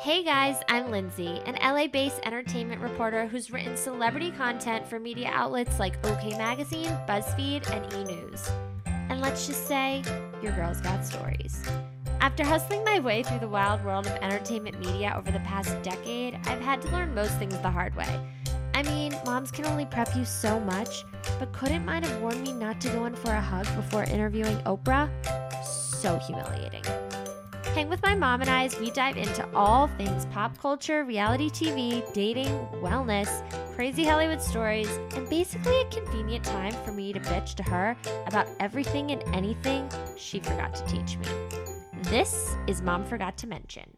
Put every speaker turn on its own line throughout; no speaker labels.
Hey guys, I'm Lindsay, an LA based entertainment reporter who's written celebrity content for media outlets like OK Magazine, BuzzFeed, and E News. And let's just say, your girl's got stories. After hustling my way through the wild world of entertainment media over the past decade, I've had to learn most things the hard way. I mean, moms can only prep you so much, but couldn't mine have warned me not to go in for a hug before interviewing Oprah? So humiliating. Hang with my mom and I as we dive into all things pop culture, reality TV, dating, wellness, crazy Hollywood stories, and basically a convenient time for me to bitch to her about everything and anything she forgot to teach me. This is Mom Forgot to Mention.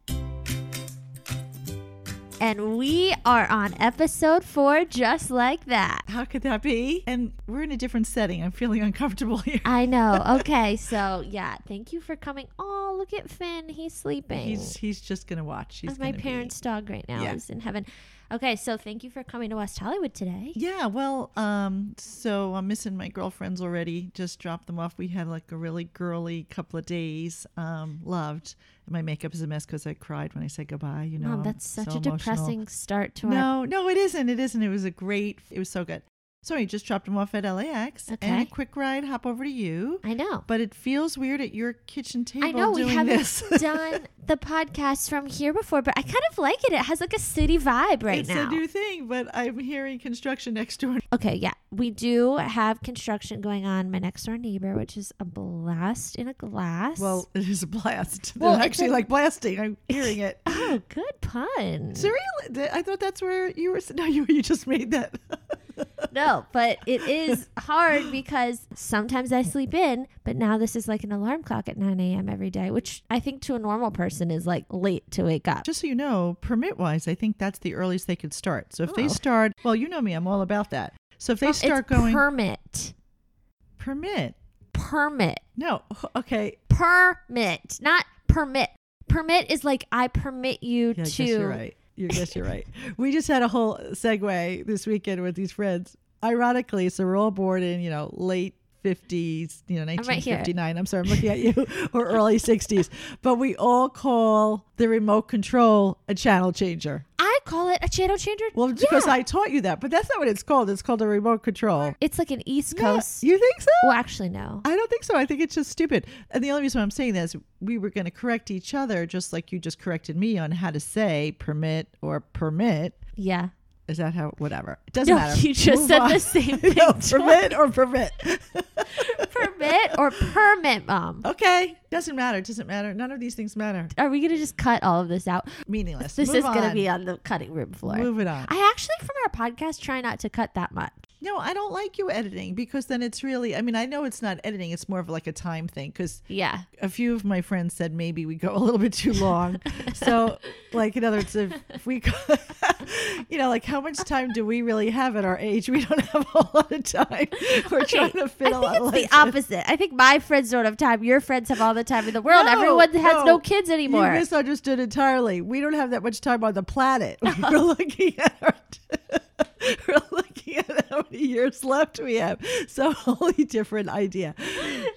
And we are on episode four, just like that.
How could that be? And we're in a different setting. I'm feeling uncomfortable here.
I know. Okay, so yeah, thank you for coming. Oh, look at Finn. He's sleeping.
He's he's just gonna watch. He's
That's Oh. my
gonna be-
parents' dog right now.
Yeah.
is in heaven. Okay, so thank you for coming to West Hollywood today.
Yeah. Well, um, so I'm missing my girlfriends already. Just dropped them off. We had like a really girly couple of days. Um, loved. And my makeup is a mess because I cried when I said goodbye. You know,
Mom,
I'm
that's such
so
a
emotional.
depressing start to our.
No, no, it isn't. It isn't. It was a great. It was so good. So I just dropped them off at LAX and
Okay.
a quick ride. Hop over to you.
I know.
But it feels weird at your kitchen table
I know we
doing
haven't
this.
done the podcast from here before, but I kind of like it. It has like a city vibe right
it's
now.
a new thing, but I'm hearing construction next door.
okay, yeah, we do have construction going on my next door neighbor, which is a blast in a glass.
Well, it is a blast.
Well,
They're
it's
actually
a-
like blasting. I'm hearing it.
oh, good pun.
Seriously, Th- I thought that's where you were. s- No, you you just made that.
No, but it is hard because sometimes I sleep in, but now this is like an alarm clock at 9 a.m. every day, which I think to a normal person is like late to wake up.
Just so you know, permit wise, I think that's the earliest they could start. So if
Oh.
they start, well, you know me, I'm all about that. So if they
Um,
start
it's
going
permit,
permit,
permit,
no, okay,
permit, not permit. Permit is like I permit you
Yeah, I guess
to.
you're right. You guess you're right. We just had a whole segue this weekend with these friends. Ironically, so we're all born in you know late. 50s, you know,
right here.
1959. I'm sorry, I'm looking at you, or early 60s. But we all call the remote control a channel changer.
I call it a channel changer.
Well,
Yeah.
it's because I taught you that, but that's not what it's called. It's called a remote control.
it's like an East
Yeah,
Coast.
you think so?
well, actually, no.
I don't think so. I think it's just stupid. And the only reason why I'm saying that is we were going to correct each other, just like you just corrected me on how to say permit or permit.
yeah.
Is that how? Whatever. It doesn't
No,
matter.
you just said the same thing
No,
twice.
permit or permit.
Permit or permit, mom.
okay. Doesn't matter. Doesn't matter. None of these things matter.
Are we going to just cut all of this out?
Meaningless.
This
Move
is going
on.
to be on the cutting room floor.
Move it on.
I actually, from our podcast, try not to cut that much.
No, I don't like you editing because then it's really. I mean, I know it's not editing. It's more of like a time thing because
Yeah.
a few of my friends said maybe we go a little bit too long. so, like, in other words, if we, go, you know, like how much time do we really have at our age? We don't have a lot of time. We're trying to fit a
I
lot.
think it's
less
the opposite. I think my friends don't have time. Your friends have all the time in the world.
No,
Everyone has no,
no.
kids
You
anymore.
misunderstood entirely. We don't have that much time on the planet. We're looking at our we're looking at how many years left we have. So wholly different idea.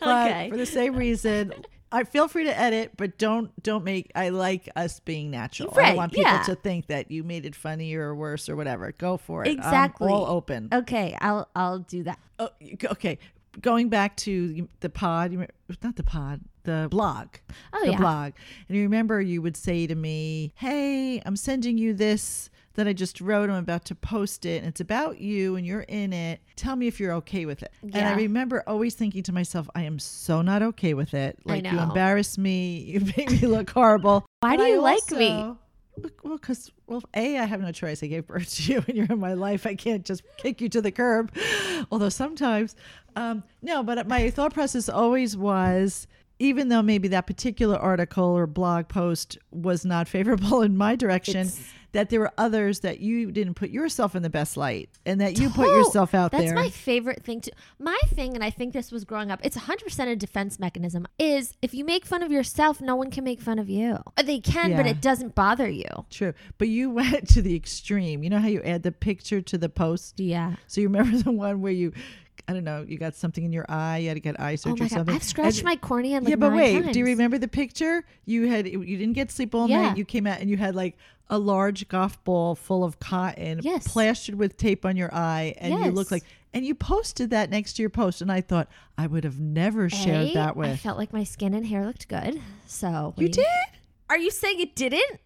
But
Okay.
for the same reason. I feel free to edit, but don't don't make. I like us being natural. I
Right,
don't want people
yeah.
to think that you made it funnier or worse or whatever. Go for it. I'm
Exactly.
all open.
okay, I'll I'll do that.
Oh, okay. Going back to the pod, you remem- not the pod, the blog.
Oh,
the
yeah.
blog. And you remember you would say to me, Hey, I'm sending you this that I just wrote. I'm about to post it. And it's about you and you're in it. Tell me if you're okay with it. And
Yeah.
I remember always thinking to myself, I am so not okay with it.
I
Like, you
know.
embarrass me. You make me look horrible.
Why do
But
you
I
like me?
also- Well, because well, a I have no choice. I gave birth to you, and you're in my life. I can't just kick you to the curb. Although sometimes, um, no. But my thought process always was, even though maybe that particular article or blog post was not favorable in my direction,
It's-
that there were others that you didn't put yourself in the best light, and that you put
Oh,
yourself out
That's
there.
my favorite thing to my thing, and I think this was growing up. It's 100 percent a defense mechanism. Is if you make fun of yourself, no one can make fun of you. Or They can, but
Yeah.
it doesn't bother you.
True, but you went to the extreme. You know how you add the picture to the post.
Yeah.
So you remember the one where you I don't know, you got something in your eye, you had to get eye
Oh
surgery
my
or
god,
something.
I've scratched
And-
my cornea like
yeah, but
nine
wait, do you
times.
remember the picture? You had you didn't get sleep all
Yeah.
night. You came out and you had like a large golf ball full of cotton
Yes.
plastered with tape on your eye and you looked
Yes.
like and you posted that next to your post and I thought I would have never
A,
shared that
Eh? I
with.
felt like my skin and hair looked good. So
you
we-
did?
Are you saying it didn't?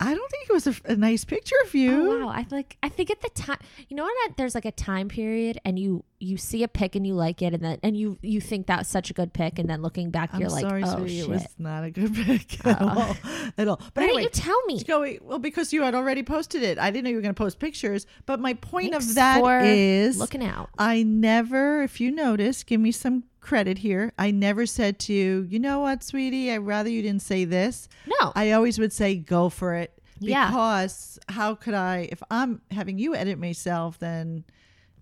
I don't think it was a, a nice picture of you.
Oh wow! I feel like I think at the time, you know, when I- there's like a time period, and you you see a pic and you like it, and then and you you think that's such a good pic, and then looking back,
I'm
you're like,
sorry,
oh
sweetie,
shit.
it was not a good pic at
Oh.
all. At all. But
Why
anyway,
didn't you tell me?
It's going- well because you had already posted it. I didn't know you were going to post pictures, but my point
Thanks
of that
for
is
looking out.
I never, if you notice, give me some credit here. I never said to you, you know what, sweetie, I'd rather you didn't say this.
No,
I always would say, go for it.
Yeah.
Because how could I, if I'm having you edit myself, then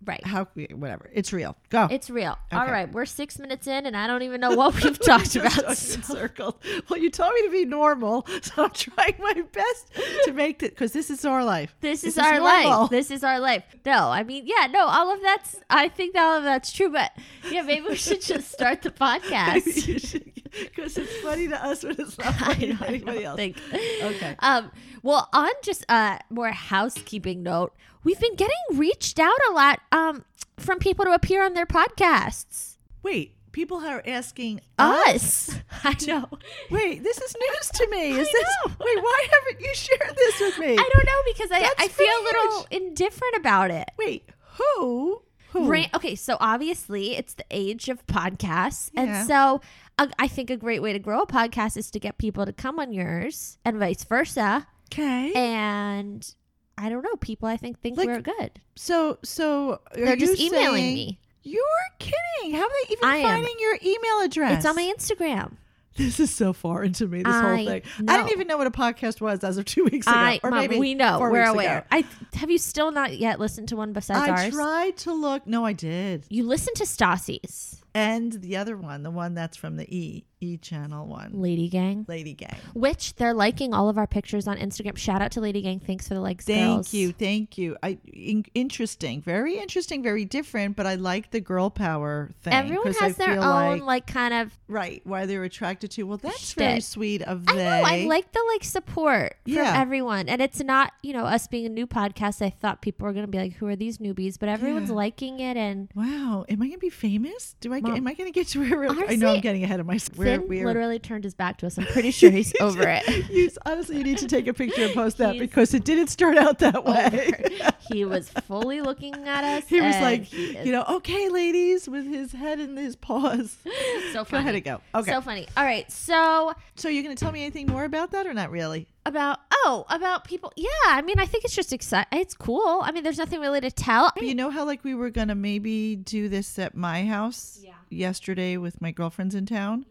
right.
how, whatever. It's real. Go.
It's real. All
Okay.
right, we're six minutes in, and I don't even know what we've talked
Just
about.
talking in circles. Well, you told me to be normal, so I'm trying my best to make it because this is our life.
This is our
normal.
life. This is our life. No, I mean, yeah, no, all of that's. I think all of that's true, but yeah, maybe we should just start the podcast.
Because it's funny to us, but it's not
I
funny
know,
to
I
anybody
don't
else.
think.
Okay.
Um, well, on just a more housekeeping note, we've been getting reached out a lot um, from people to appear on their podcasts.
Wait, people are asking
Us, I know.
Wait, this is news to me. Is
I
this?
know.
Wait, why haven't you shared this with me?
I don't know because I,
That's
I feel
pretty
a little indifferent about it.
Wait, who? Who?
Ran- okay, so obviously it's the age of podcasts,
Yeah.
and so uh, I think a great way to grow a podcast is to get people to come on yours, and vice versa.
Okay.
And I don't know, people I think think
Like,
we're good.
so, so are
They're just
you
emailing
saying-
me.
You're kidding. How are they even
I am.
finding your email address?
It's on my Instagram.
This is so far into me. This
I
whole thing. I
know.
didn't even know what a podcast was as of two weeks ago,
I,
or
Mom,
maybe
we know.
four
We're
weeks
aware.
ago.
I have you still not yet listened to one besides
I
ours.
tried to look. No, I did.
You listen to Stassi's
And the other one, the one that's from the E E channel one,
Lady Gang,
Lady Gang.
which they're liking all of our pictures on Instagram. Shout out to Lady Gang. Thanks for the likes,
Thank
girls.
you, thank you. I in, interesting, very interesting, very different. But I like the girl power thing.
Everyone
'cause
has
I
their
feel
own
like,
like kind of
right why they're attracted to. Well, that's very
Shtick.
sweet of
I
them.
know. I like the like support from
Yeah.
everyone, and it's not you know us being a new podcast. I thought people were gonna be like, "Who are these newbies?" But everyone's
Yeah.
liking it, and
Wow, am I going to be famous? Do I? Get,
Mom,
am I going to get to where? I know I'm
honestly,
getting ahead of myself.
Finn literally turned his back to us. I'm pretty sure he's over it.
You, honestly, you need to take a picture and post that
He's
because it didn't start out that way.
Over. He was fully looking at us.
he was
and
like,
he is
you know, okay, ladies, with his head in his paws.
so
Go
funny.
ahead and go. Okay.
So
So,
funny. All right. So
you're going to tell me anything more about that or not really?
about oh about people. Yeah. I mean, I think it's just exciting. It's cool. I mean, there's nothing really to tell.
But you know how, like, we were going to maybe do this at my house
Yeah.
yesterday with my girlfriends in town?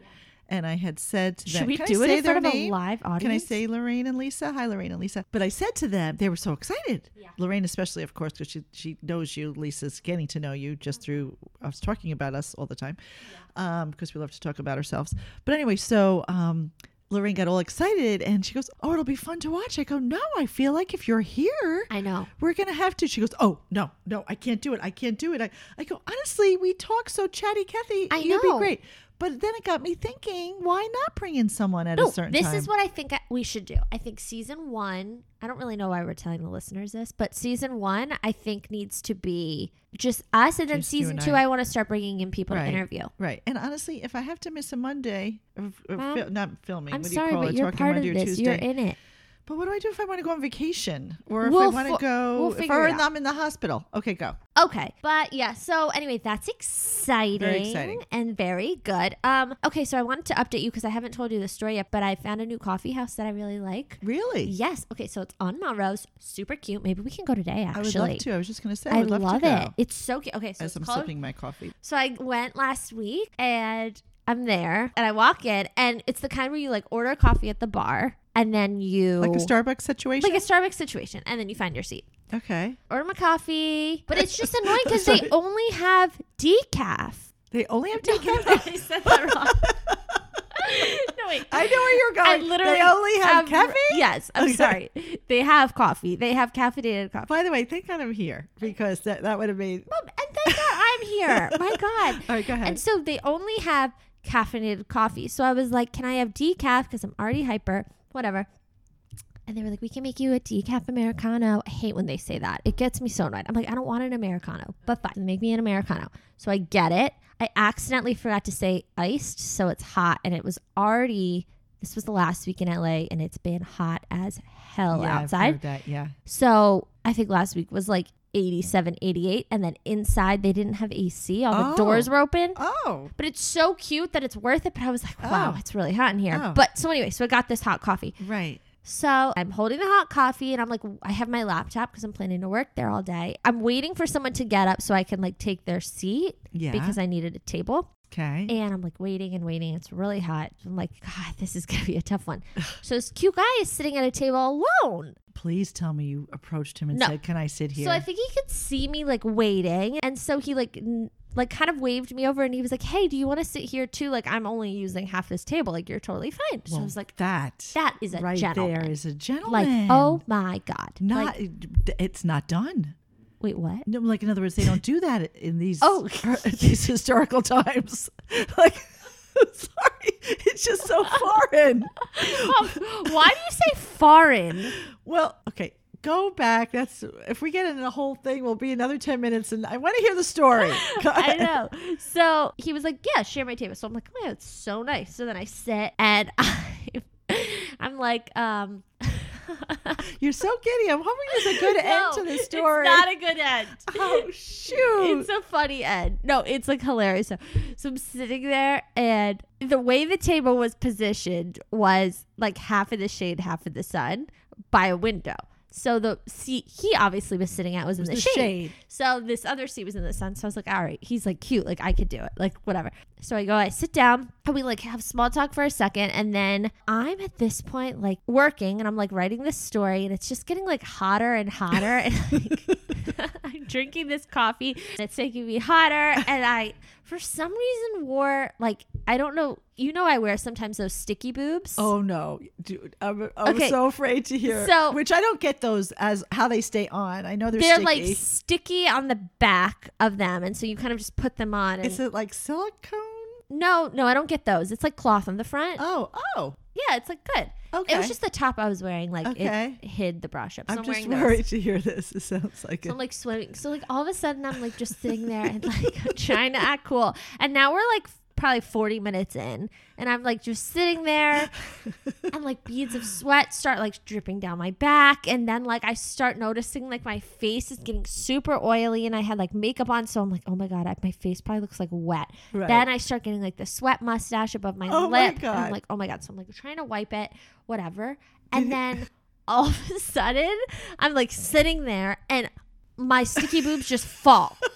And I had said to them,
Should we
Can I
do it
say
in
their
front of a
name?
live audience?
Can I say Lorraine and Lisa? Hi, Lorraine and Lisa. But I said to them, they were so excited.
Yeah.
Lorraine, especially, of course, because she, she knows you. Lisa's getting to know you just through
Mm-hmm.
us talking about us all the time because we love to talk about ourselves. But anyway, so um, Lorraine got all excited and she goes, Oh, it'll be fun to watch. I go, No, I feel like if you're here,
I know.
we're going to have to. She goes, Oh, no, no, I can't do it. I can't do it. I, I go, Honestly, we talk so chatty, Kathy.
I
You'd
know.
be great. But then it got me thinking, why not bring in someone at
No,
a certain
this
time?
is what I think I- we should do. I think season one, I don't really know why we're telling the listeners this, but season one, I think needs to be just us. And then
Just you
season
and
two,
I.
I want to start bringing in people
Right.
to interview.
Right. And honestly, if I have to miss a Monday, or, or
Mom,
fil- not filming,
I'm
what do
sorry,
you call
but
it?
you're
Talking
part of
Monday or
this.
Tuesday.
You're in it.
but what do I do if I want to go on vacation or if I
We'll
want to
fi-
go?
we'll
if
figure it
I'm
out.
I'm in the hospital, okay, go.
Okay. But yeah, so anyway, that's exciting,
exciting.
and very good. Um okay, so I wanted to update you cuz I haven't told you the story yet, but I found a new coffee house that I really like.
Really?
Yes. Okay, so it's on Melrose. Super cute. Maybe we can go today
I
actually.
would love to. I was just going to say, I
I
would love,
love
to go
it. It's so cute. Okay, so
as
it's
I'm
called
sipping my coffee.
So I went last week and I'm there and I walk in and it's the kind where you like order coffee at the bar and then you
Like a Starbucks situation?
like a Starbucks situation and then you find your seat.
okay.
Order my coffee, but it's just annoying because they only have decaf.
They only have
No,
decaf.
I said that wrong. no wait.
I know where you're going. they only have, caffeine?
Yes, I'm
Okay.
sorry. They have coffee. They have caffeinated coffee.
By the way, thank God I'm here because that, that would have made
Mom, and thank God I'm on here? My God.
All right, go ahead.
And so they only have caffeinated coffee. So I was like, can I have decaf? Because I'm already hyper, whatever. And they were like, we can make you a decaf Americano. I hate when they say that. It gets me so annoyed. I'm like, I don't want an Americano, but fine, make me an Americano. So I get it. I accidentally forgot to say iced, so it's hot. And it was already, this was the last week in LA, and it's been hot as hell
yeah, I've
outside.
heard that. Yeah.
So I think last week was like 87, 88. And then inside, they didn't have AC. All the
Oh.
doors were open.
Oh.
But it's so cute that it's worth it. But I was like, wow,
Oh.
it's really hot in here.
Oh.
But so anyway, so I got this hot coffee.
Right.
So I'm holding the hot coffee and I'm like, I have my laptop because I'm planning to work there all day. I'm waiting for someone to get up so I can like take their seat
Yeah.
because I needed a table.
okay.
And I'm like waiting and waiting. It's really hot. I'm like, God, this is going to be a tough one. so this cute guy is sitting at a table alone.
Please tell me you approached him and
No.
said, "Can I sit here?"
So I think he could see me like waiting, and so he like n- like kind of waved me over, and he was like, "Hey, do you want to sit here too? Like I'm only using half this table. Like you're totally fine." So I
Well,
was like,
"That."
"That is a
right
gentleman."
there is a
like
gentleman.
oh my god.
not.
Like,
it's not done.
wait, what?
No, like in other words, they don't do that in these
Oh.
these historical times. Like, sorry, it's just so foreign.
Why do you say foreign?
Well, okay, go back. That's if we get into the whole thing, we'll be another ten minutes, and I want to hear the story. Go
I
ahead.
know. So he was like, "Yeah, share my table." So I'm like, "Oh, yeah, it's so nice." So then I sit and I, I'm like, um.
You're so giddy. I'm hoping there's a good
no,
end to this story.
It's not a good end.
oh shoot!
It's a funny end. No, it's like hilarious. So, so I'm sitting there, and the way the table was positioned was like half in the shade, half in the sun by a window. So the seat he obviously was sitting at was in
was
the,
the
shade.
shade.
So this other seat was in the sun. So I was like, all right, he's like cute. Like I could do it. Like whatever. So I go, I sit down and we like have small talk for a second. And then I'm at this point like working and I'm like writing this story and it's just getting like hotter and hotter. And like, I'm drinking this coffee and it's making me hotter. And I, for some reason, wore like, I don't know. You know, I wear sometimes those sticky boobs.
Oh no, dude! I'm, I'm
Okay.
so afraid to hear.
So-
which I don't get those as how they stay on. I know they're,
They're
sticky.
like sticky on the back of them. And so you kind of just put them on. And
Is it like silicone?
No, no, I don't get those. It's like cloth on the front.
Oh, oh.
yeah, it's like good.
Okay.
It was just the top I was wearing. Like
Okay.
it hid the bra strap. So
I'm
I'm,
just
wearing
worried
those.
to hear this. It sounds like
So
it.
I'm like swimming. So like all of a sudden I'm like just sitting there and like I'm trying to act cool. And now we're like probably 40 minutes in and I'm like just sitting there and like beads of sweat start like dripping down my back and then like I start noticing like my face is getting super oily and I had like makeup on so I'm like oh my god I, my face probably looks like wet
Right.
then I start getting like the sweat mustache above my
Oh my
lip and I'm
God.
like oh my god so I'm like trying to wipe it whatever and then all of a sudden I'm like sitting there and my sticky boobs just fall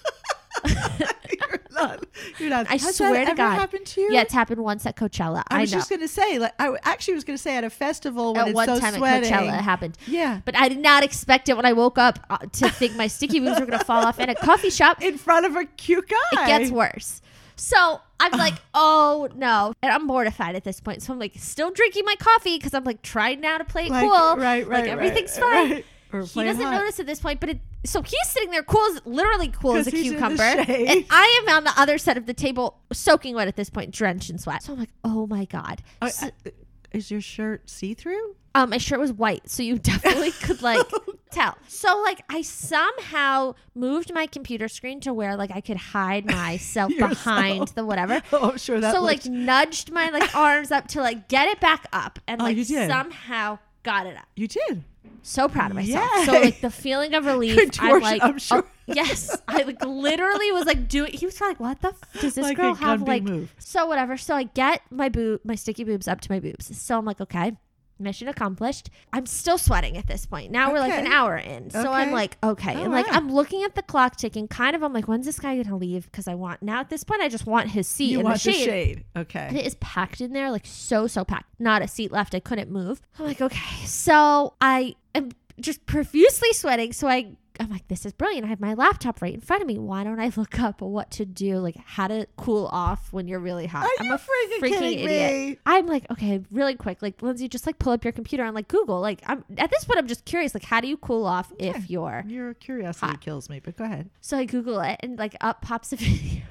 you're not. You're not.
I
Has
swear to
that ever
God.
happened to you?
yeah it's happened once at Coachella
I
I,
was
know
just gonna say. Like, I actually was gonna say at a festival when
at
it's
one
so
time
sweating.
at Coachella it happened
Yeah.
But I did not expect it when I woke up uh, to think my sticky boobs were going to fall off in a coffee shop. It
in front of a cute guy.
gets worse. So I'm like, oh no. And I'm mortified at this point. So I'm like, still drinking my coffee because I'm like trying now to play it
Like,
cool.
Right, right,
Like
right,
everything's fine.
right. Or
He
playing
doesn't
hot.
notice at this point, but it, so he's sitting there cool as literally cool as a
'Cause he's in the
cucumber.
shade.
And I am on the other side of the table, soaking wet at this point, drenched in sweat. So I'm like, oh my God.
Oh,
So-
uh, is your shirt see through?
um, my shirt was white, so you definitely could like
Oh,
tell. So like I somehow moved my computer screen to where like I could hide myself behind
Yourself.
the whatever.
Oh, I'm sure that.
so like
looks-
nudged my like arms up to like get it back up and
Oh,
like
you did.
somehow got it up.
you did.
So proud of myself. So
Yay.
like the feeling of relief. I'm
Contortion,
like
I'm sure.
oh, yes. I like literally was like doing he was like, What the f- does this
Like a
girl have
Gumby
like
move.
so whatever. So I get my boob my sticky boobs up to my boobs. So I'm like, okay. Mission accomplished. I'm still sweating at this point. Now we're like an
Okay.
hour in. So I'm
Okay.
like, okay.
Oh,
and like,
wow.
I'm looking at the clock ticking, kind of. I'm like, when's this guy going to leave? Because I want, now at this point, I just want his seat
You
in
want
the shade. And
Okay.
it is packed in there, like so, so packed. Not a seat left. I couldn't move. I'm like, okay. So I am just profusely sweating. So I I'm like, this is brilliant. I have my laptop right in front of me. Why don't I look up what to do, like how to cool off when you're really hot?
Are
I'm
you
a
freaking
freaking
kidding
idiot.
me?
I'm like, okay, really quick, like Lindsay, just like pull up your computer on like Google. Like, I'm at this point, I'm just curious, like, how do you cool off if you're?
Your curiosity
Hot.
kills me, but go ahead.
So I Google it, and like up pops a video.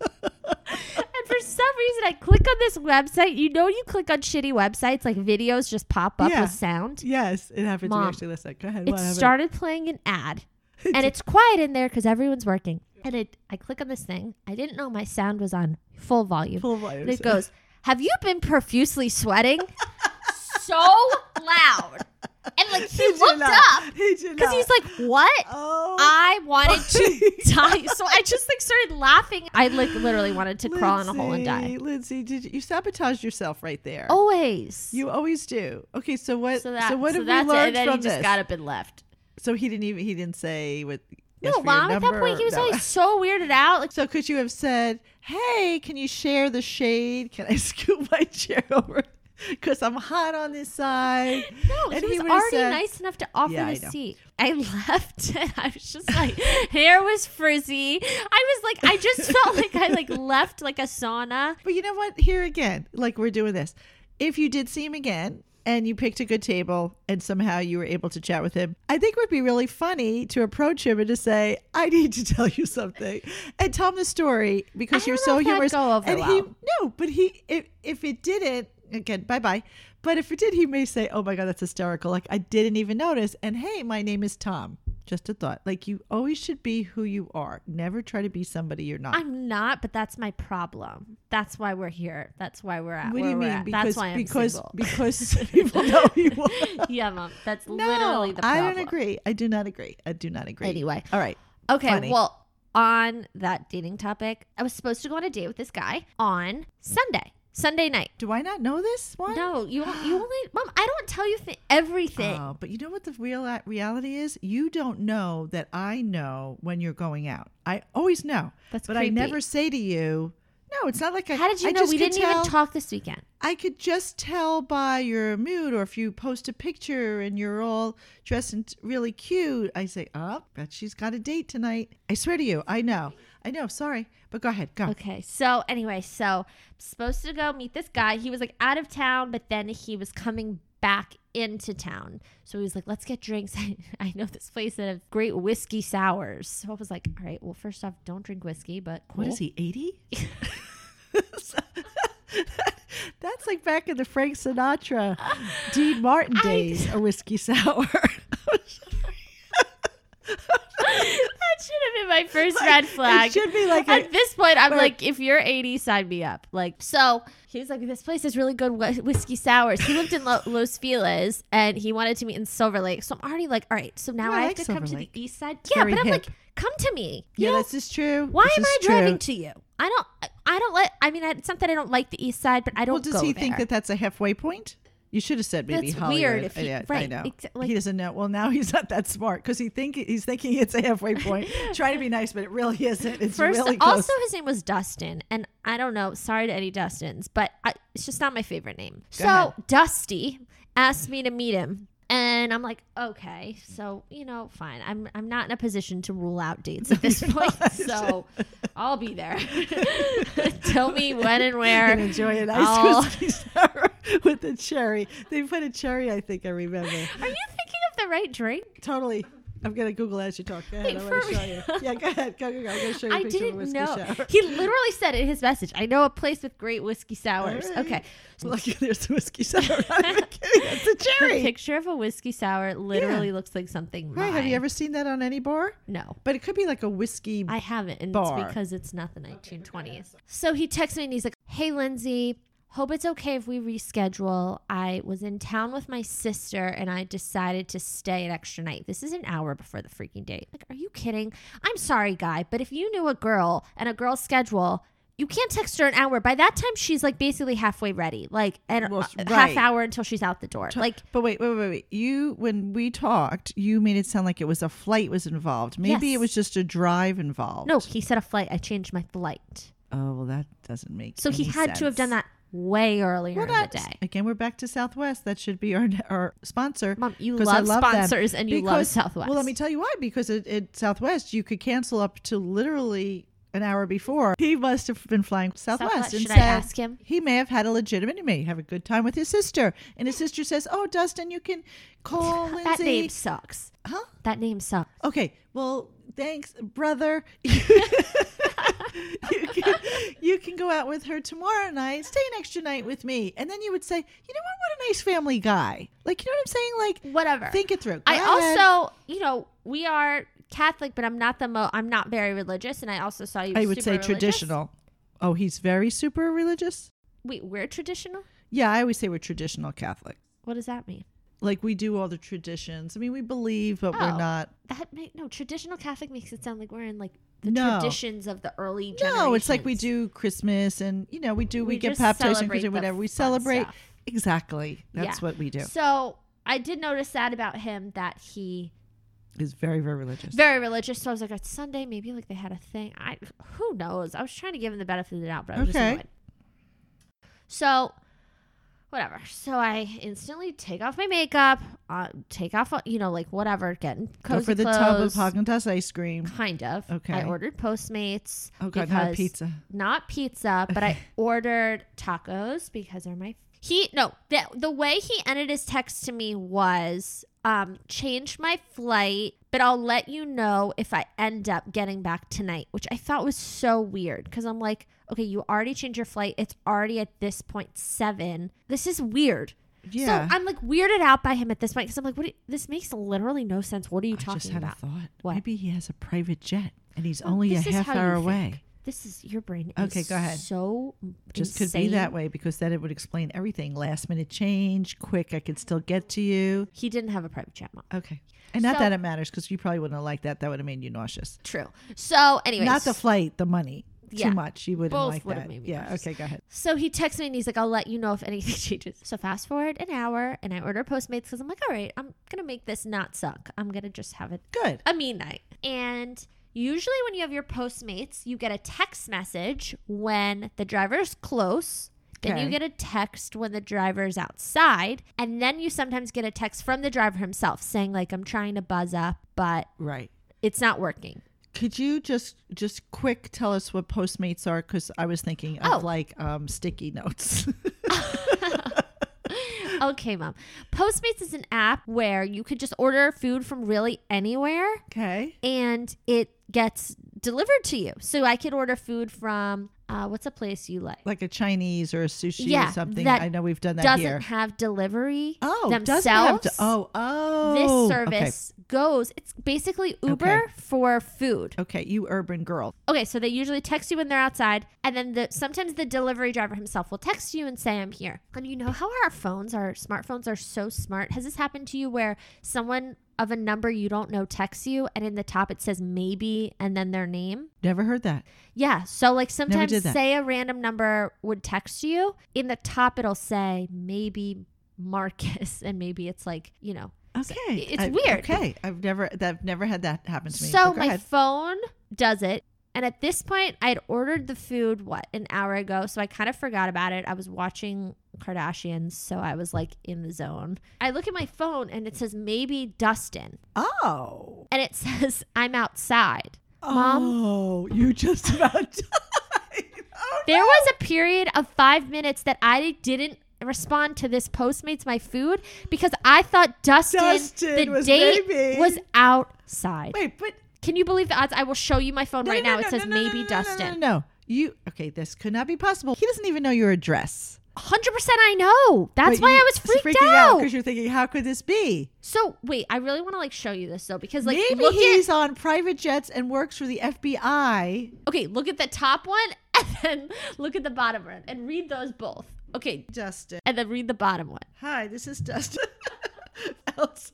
and for some reason, I click on this website. You know, you click on shitty websites, like videos just pop up
Yeah.
with sound.
Yes, it happened to
Mom,
me actually last night. Go ahead.
It
what happened?
started playing an ad, and it's quiet in there because everyone's working. And it, I click on this thing. I didn't know my sound was on full volume.
Full volume,
And it
so-
goes, "Have you been profusely sweating?" so loud, and like he
Did you
looked
not?
up
Did you
because he's
not?
like, "Ah, "What?"
oh,
I wanted to die, so I just like started laughing. I like literally wanted to crawl in a hole and die.
Lindsay, Lindsay, did you, you sabotage yourself right there?
Always.
you always do. Okay, so what?
so that. So,
what have
that's
we
it.
learned
And then
from
he just
this?
got up and left.
So he didn't even he didn't say what. ask
No,
for your
mom. At that
number
point,
or-
he was
no.
always so weirded out. Like,
So could you have said, "Hey, can you share the shade? Can I scoot my chair over? Because I'm hot on this side."
no,
And
he was
would've
already
said-
nice enough to offer
Yeah,
the
I know.
seat. I left, and I was just like, hair was frizzy. I was like, I just felt like I like left like a sauna.
But you know what? Here again, like we're doing this. If you did see him again and you picked a good table and somehow you were able to chat with him, I think it would be really funny to approach him and to say, I need to tell you something. And tell him the story
I
because you're
don't
so
know if that'd
humorous.
go over
and he
well.
no, but he if if it didn't again, bye bye. But if it did, he may say, Oh my god, that's hysterical. Like I didn't even notice. And hey, my name is Tom. Just a thought. Like you always should be who you are. Never try to be somebody you're not.
I'm not, but that's my problem. That's why we're here. That's why we're at.
What do
where
you
we're
mean?
at.
Because
that's why I'm
because
single.
because people know you. are.
yeah, mom. That's
No,
literally the
I
problem.
don't agree. I do not agree. I do not agree.
Anyway.
all right.
Okay,
Funny.
well, on that dating topic, I was supposed to go on a date with this guy on Sunday, Sunday night.
Do I not know this one?
No, you you only mom. I don't tell you th- everything.
Oh, but you know what the real reality is? You don't know that I know when you're going out. I always know,
That's
but
creepy.
I never say to you. No, it's not like I.
How did you
Oh. I
know
just
we
could
didn't
tell-
even talk this weekend?
I could just tell by your mood, or if you post a picture and you're all dressed and really cute, I say, "Oh, bet she's got a date tonight." I swear to you, I know, I know. Sorry, but go ahead, go.
Okay, so anyway, so I'm supposed to go meet this guy. He was like out of town, but then he was coming back into town. So he was like, let's get drinks. I, I know this place that have great whiskey sours. So I was like, all right, well, first off, don't drink whiskey, but cool.
What is he? Eighty? That's like back in the Frank Sinatra, Dean Martin days, a whiskey sour.
that should have been my first red flag.
It should be like a,
At this point, I'm
Right.
like, if you're 80, sign me up. Like, so he's like, this place is really good whi- whiskey sours. He lived in Lo- Los Feliz and he wanted to meet in Silver Lake. So I'm already like, all right, so now
Yeah, I
I have
like
to come
Silver
to the
Lake.
east side.
It's
yeah,
very
but I'm
hip.
like, come to me. You
yeah,
know,
this is true.
why
This
am
is
I
true.
driving to you? I don't. I- I don't let. I mean, I- it's not that I don't like the East Side, but I don't.
Well, does
go
he think
there.
that that's a halfway point? You should have said maybe
That's
Hollywood. Uh,
weird if he-
yeah, I
right,
know.
exa- like-
he doesn't know. Well, now he's not that smart because he think he's thinking it's a halfway point. Trying to be nice, but it really isn't. It's
First,
really close.
also his name was Dustin, and I don't know. Sorry to any Dustins, but I, it's just not my favorite name.
Go
so
ahead.
Dusty asked me to meet him, and I'm like, okay, so you know, fine. I'm I'm not in a position to rule out dates at this
you're
point,
not.
so I'll be there. Tell me when and where.
and enjoy an ice
I'll-
whiskey sour with a cherry. They put a cherry. I think I remember.
Are you thinking of the right drink?
Totally. I'm gonna Google as you talk. Go ahead.
Wait,
I want
for
to show you.
real?
Yeah, go ahead. Go go go. I'm gonna show you a
I
picture of a
didn't
whiskey
know.
shower.
He literally said in his message, "I know a place with great whiskey sours."
right.
Okay,
Look, there's the whiskey sour. I'm not even kidding. It's a
A
cherry.
picture of a whiskey sour literally looks like something.
Right? Have
mine.
you ever seen that on any bar?
No.
But it could be like a whiskey.
I haven't, and
Bar.
it's because it's not the 1920s. So he texts me and he's like, Hey, Lindsay, hope it's okay if we reschedule. I was in town with my sister and I decided to stay an extra night. This is an hour before the freaking date. Like, are you kidding? I'm sorry, guy, but if you knew a girl and a girl's schedule, you can't text her an hour. By that time, she's like basically halfway ready, like and
Well,
a
right.
half hour until she's out the door. Like,
But wait, wait, wait, wait. You when we talked, you made it sound like it was a flight was involved. Maybe
Yes.
it was just a drive involved.
no, he said a flight. I changed my flight.
Oh well, that doesn't make.
So he
any
had to have
sense.
done that way earlier
We're
in
not-
the day.
Again, we're back to Southwest. That should be our our sponsor.
Mom, you
'cause I
love
them.
sponsors and you love
Because-
Southwest.
Well, let me tell you why. Because at, at Southwest, you could cancel up to literally an hour before. He must have been flying Southwest.
Southwest,
and
should I
said-
ask him?
He may have had a legitimate. He may have a good time with his sister, and his sister says, "Oh, Dustin, you can call Lindsay."
that name sucks.
Huh?
That name sucks.
Okay. Well, thanks, brother. you, can, you can go out with her tomorrow night. Stay an extra night with me. And then you would say, you know what? What a nice family guy. Like, you know what I'm saying?
Whatever.
Like, think it through. Go
I
ahead.
also, you know, we are Catholic, but I'm not the mo. I'm not very religious, and I also saw you.
I would
super
say
religious.
traditional. Oh, he's very super religious?
Wait, we're traditional.
Yeah, I always say we're traditional Catholic.
What does that mean?
Like, we do all the traditions. I mean, we believe, but
Oh.
we're not.
That make, no traditional Catholic makes it sound like we're in like the
No.
traditions of the early.
No, it's like we
generations.
do Christmas and, you know, we do, we,
We
get
just
baptized
celebrate
and
the
whatever. We
fun
celebrate.
stuff.
Exactly. That's
Yeah.
what we do.
So I did notice that about him that he
is very very religious.
very religious. So I was like, it's Sunday. Maybe like they had a thing. I who knows. I was trying to give him the benefit of the doubt, but I was
Okay.
just annoyed. So whatever. So I instantly take off my makeup, uh, take off uh, you know like whatever, getting
Go
cozy
for the
clothes.
tub of Haagen Dazs ice cream.
Kind of.
Okay.
I ordered Postmates.
Oh god,
because
not pizza.
not pizza, but I ordered tacos because they're my he no the the way he ended his text to me was um change my flight, but I'll let you know if I end up getting back tonight, which I thought was so weird because I'm like, okay, you already changed your flight. It's already at this point seven. This is weird.
Yeah.
So I'm like weirded out by him at this point because I'm like, what? do- this makes literally no sense. What are you
I
talking
just had
about?
a thought.
What?
Maybe he has a private jet and he's
Well,
only a
Oh, this is
half
how you
hour
think.
away.
This is your brain. Is
Okay, go ahead.
So
Just
insane.
could be that way because then it would explain everything. Last minute change, quick, I could still get to you.
He didn't have a private jet, mom.
Okay. And not
So-
that it matters because you probably wouldn't have liked that. That would have made you nauseous.
True. So, anyways,
Not the flight, the money.
Yeah.
Too much. You wouldn't
Both
like
would have
that.
made me
yeah.
nauseous.
Okay. Go ahead.
so he texts me and he's like, "I'll let you know if anything changes." So fast forward an hour, and I order Postmates because I'm like, "All right, I'm gonna make this not suck. I'm gonna just have it
Good.
a mean night." And usually, when you have your Postmates, you get a text message when the driver's close. Then you
Okay.
get a text when the driver's outside, and then you sometimes get a text from the driver himself saying like, "I'm trying to buzz up, but
Right.
it's not working."
Could you just just quick tell us what Postmates are? Because I was thinking of
Oh.
like um, sticky notes.
okay, mom. Postmates is an app where you could just order food from really anywhere
okay.
and it gets delivered to you. So I could order food from uh, what's a place you like?
Like a Chinese or a sushi
Yeah,
or something.
that
I know we've done that
doesn't
here.
have delivery
Oh,
themselves.
doesn't have to. Oh, oh.
This service goes, it's basically Uber
Okay.
for food.
Okay. okay, you urban girl.
Okay, so they usually text you when they're outside, and then the, sometimes the delivery driver himself will text you and say, "I'm here." And you know how our phones, our smartphones, are so smart. Has this happened to you where someone of a number you don't know texts you, and in the top it says maybe, and then their name?
Never heard that.
Yeah. So like sometimes,
did that.
say a random number would text you, in the top it'll say maybe Marcus, and maybe it's like you know
Okay,
it's
I-
weird.
Okay, I've never that I've never had that happen to me.
So
But go
my
ahead.
phone does it. And at this point, I had ordered the food, what, an hour ago. So I kind of forgot about it. I was watching Kardashians. So I was like in the zone. I look at my phone and it says, maybe Dustin.
oh,
And it says, I'm outside. Mom?
oh, you just about died. Oh,
There was a period of five minutes that I didn't respond to this Postmates my food because I thought Dustin,
Dustin
the
was
date
maybe.
was outside.
wait, but
Can you believe the odds? I will show you my phone
no,
right
no,
now.
no,
it
no,
says
no, no,
maybe
no, no,
Dustin.
No, no, no, you okay? This could not be possible. He doesn't even know your address.
Hundred percent, I know. That's
But
why
you-
I was
it's
freaked, out.
because you're thinking, how could this be?
So wait, I really want to like show you this though, because like
Maybe
look
he's on private jets and works for the FBI.
at okay, look at the top one, and then look at the bottom one, and read those both. Okay,
Dustin,
and then read the bottom one.
hi, this is Dustin. Elsa.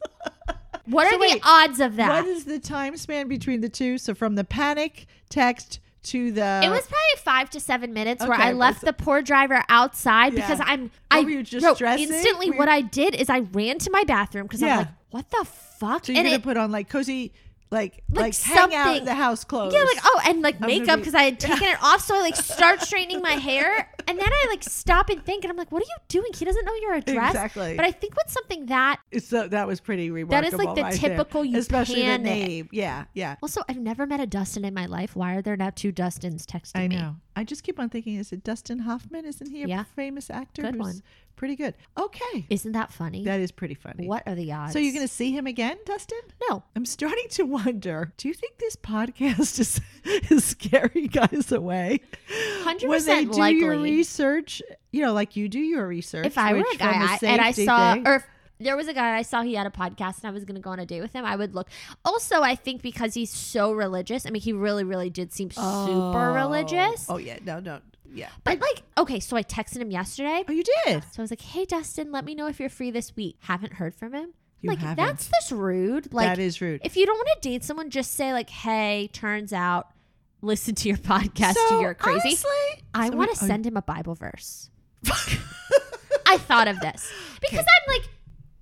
What
So
are the
wait,
odds of that?
What is the time span between the two? So from the panic text to the
it was probably five to seven minutes where
Uh, Okay,
I
but
left the poor driver outside
Yeah.
because I'm.
What
I
were you, just
no,
dressing?
instantly.
Were
What
you-
I did is I ran to my bathroom because I'm
Yeah.
like, what the fuck?
So you're
And
gonna
it-
put on like cozy, like
Like
like, hang out
something.
the house clothes.
Yeah, like oh, and like
gonna
makeup
be-
because I had taken it off, so I like start straightening my hair, And then I like stop and think, and I'm like, what are you doing? He doesn't know your address.
Exactly.
But I think with something that
so that was pretty remarkable.
That is, like, the
right there.
typical you
especially
pan
the
it.
name. Yeah, yeah.
also, I've never met a Dustin in my life. Why are there now two Dustins texting
I
me?
know. I just keep on thinking, is it Dustin Hoffman? Isn't he a
Yeah.
famous actor?
Good
who's
one.
Pretty good. Okay,
Isn't that funny?
that is pretty funny.
what are the odds?
So you're going to see him again, Dustin?
no.
I'm starting to wonder. Do you think this podcast is is scaring guys away?
100%
When they do your
likely.
research, you know, like you do your research.
If I were
which
a guy
from the
I, and I
safety
saw,
thing-
or if there was a guy I saw, he had a podcast, and I was going to go on a date with him, I would look. Also, I think because he's so religious, I mean, he really, really did seem super
Oh.
religious.
Oh yeah, no, no, yeah.
But like, okay, so I texted him yesterday.
Oh, you did.
So I was like, "Hey, Dustin, let me know if you're free this week." Haven't heard from him.
You
like
haven't.
that's this rude. Like
that is rude.
if you don't want to date someone, just say like, "Hey, turns out, listen to your podcast.
So,
you're crazy."
honestly,
I
so
want to
we- oh,
send him a Bible verse. I thought of this because I'm like,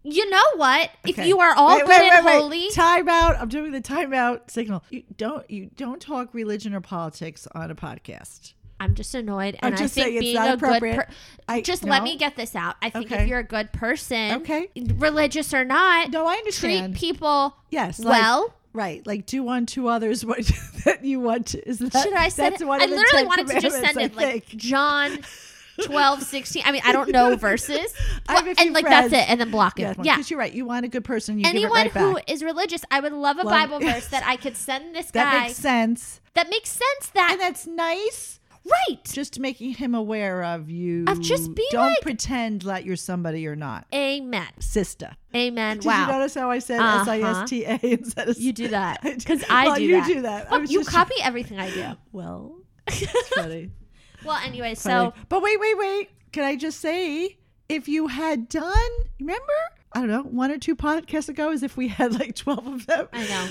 you know what? If
okay.
you are all
Wait,
good
wait,
and
wait, wait.
holy,
time out. I'm doing the timeout signal. You don't you don't talk religion or politics on a podcast.
I'm just annoyed, and
I'm
I
just
think
saying it's
being
not
a good.
appropriate.
Per-
I
just let
no.
me get this out. I think
Okay.
if you're a good person,
Okay.
religious or not,
No, I
treat
understand.
people
yes. like-
well.
Right, like do unto others what that you want. To, is that
Should I send?
that's
it?
one
I
of the
literally
Ten
wanted to just send it
Commandments, I
like
think.
John. 12, 16. I mean, I don't know verses.
I have a
Well,
few
and like
friends-
that's it. And then block it.
yeah, because
Yeah.
you're right. You want a good person. You give it
Anyone
right
who
back.
is religious, I would love a
Love-
Bible verse that I could send this
that
guy
makes sense,
that makes sense that,
and that's nice.
right.
Just making him aware of you.
Of just being
Don't
like-
pretend like you're somebody you're not,
Amen.
sister.
Amen.
Did
wow.
you notice how I said
Uh-huh.
S I S T A instead of
You do that.
I did-
Because I
well,
do
you
that.
do that. I
Fuck,
was
you
just-
copy everything I do.
Well, it's funny.
Well, anyway, so
So, but wait, wait, wait. Can I just say, if you had done, remember, I don't know, one or two podcasts ago, as if we had like 12 of them.
I know.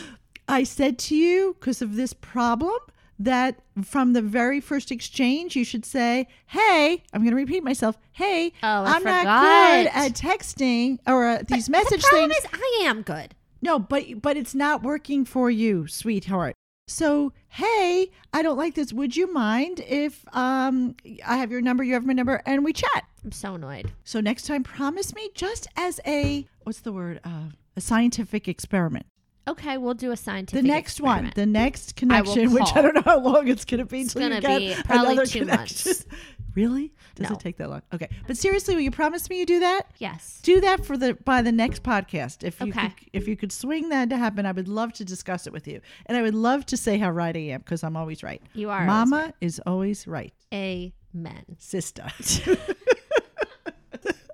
I said to you, because of this problem, that from the very first exchange, you should say, Hey, I'm going to repeat myself. Hey,
Oh, I
I'm not good
forgot.
at texting or uh, these
the
message
problem
things.
is I am good.
No, but but it's not working for you, sweetheart. So hey, I don't like this. Would you mind if um I have your number, you have my number, and we chat?
I'm so annoyed.
So next time, promise me just as a what's the word? Uh, a scientific experiment.
Okay, we'll do a scientific
The next one,
experiment.
the next
I will
connection, which I
call.
don't know how long it's going to be.
It's
till you
gonna
get
be probably
another
two
connection.
months.
Really? Does
No.
it take that long? Okay, but seriously, will you promise me you do that?
Yes.
do that for the by the next podcast if you
Okay.
could, if you could swing that to happen i would love to discuss it with you and i would love to say how right i am because i'm always right
You are.
mama is always right
Amen.
sister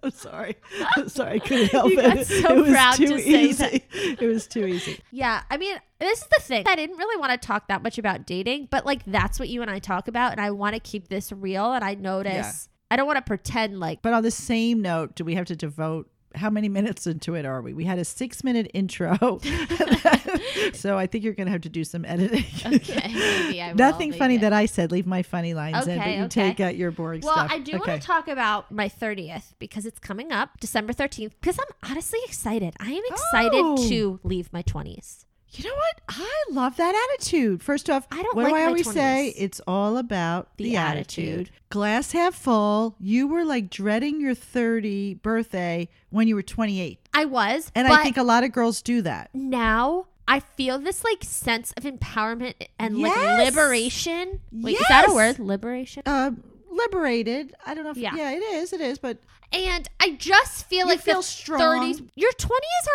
I'm sorry. I'm sorry. I couldn't help
You
it.
got so
it was
proud
too
to say
easy.
that.
It was too easy.
Yeah, I mean, this is the thing. I didn't really want to talk that much about dating, but like that's what you and I talk about, and I want to keep this real. And I notice I don't want to pretend like
But on the same note, do we have to devote how many minutes into it are we? We had a six minute intro. so I think you're going to have to do some editing.
okay, maybe I will,
Nothing
maybe
funny
I-
that I said. Leave my funny lines in, but
Okay,
you
okay.
take out your boring
Well,
stuff.
I do want to talk about my 30th because it's coming up December 13th because I'm honestly excited. I am excited
Oh.
to leave my 20s.
You know what? I love that attitude. First off,
I don't
what
like
do I
my
always say?
20s.
It's all about the,
The
attitude.
attitude.
Glass half full. You were like dreading your 30 birthday when you were 28.
I was,
And
but
I think a lot of girls do that.
now I feel this like sense of empowerment and
Yes.
like liberation. Wait, is that a
Yes.
word? Liberation?
Um, liberated. I don't know if, yeah.
Yeah.
it is. It is. But
And I just feel
You
like
feel
the
strong.
30s, your 20s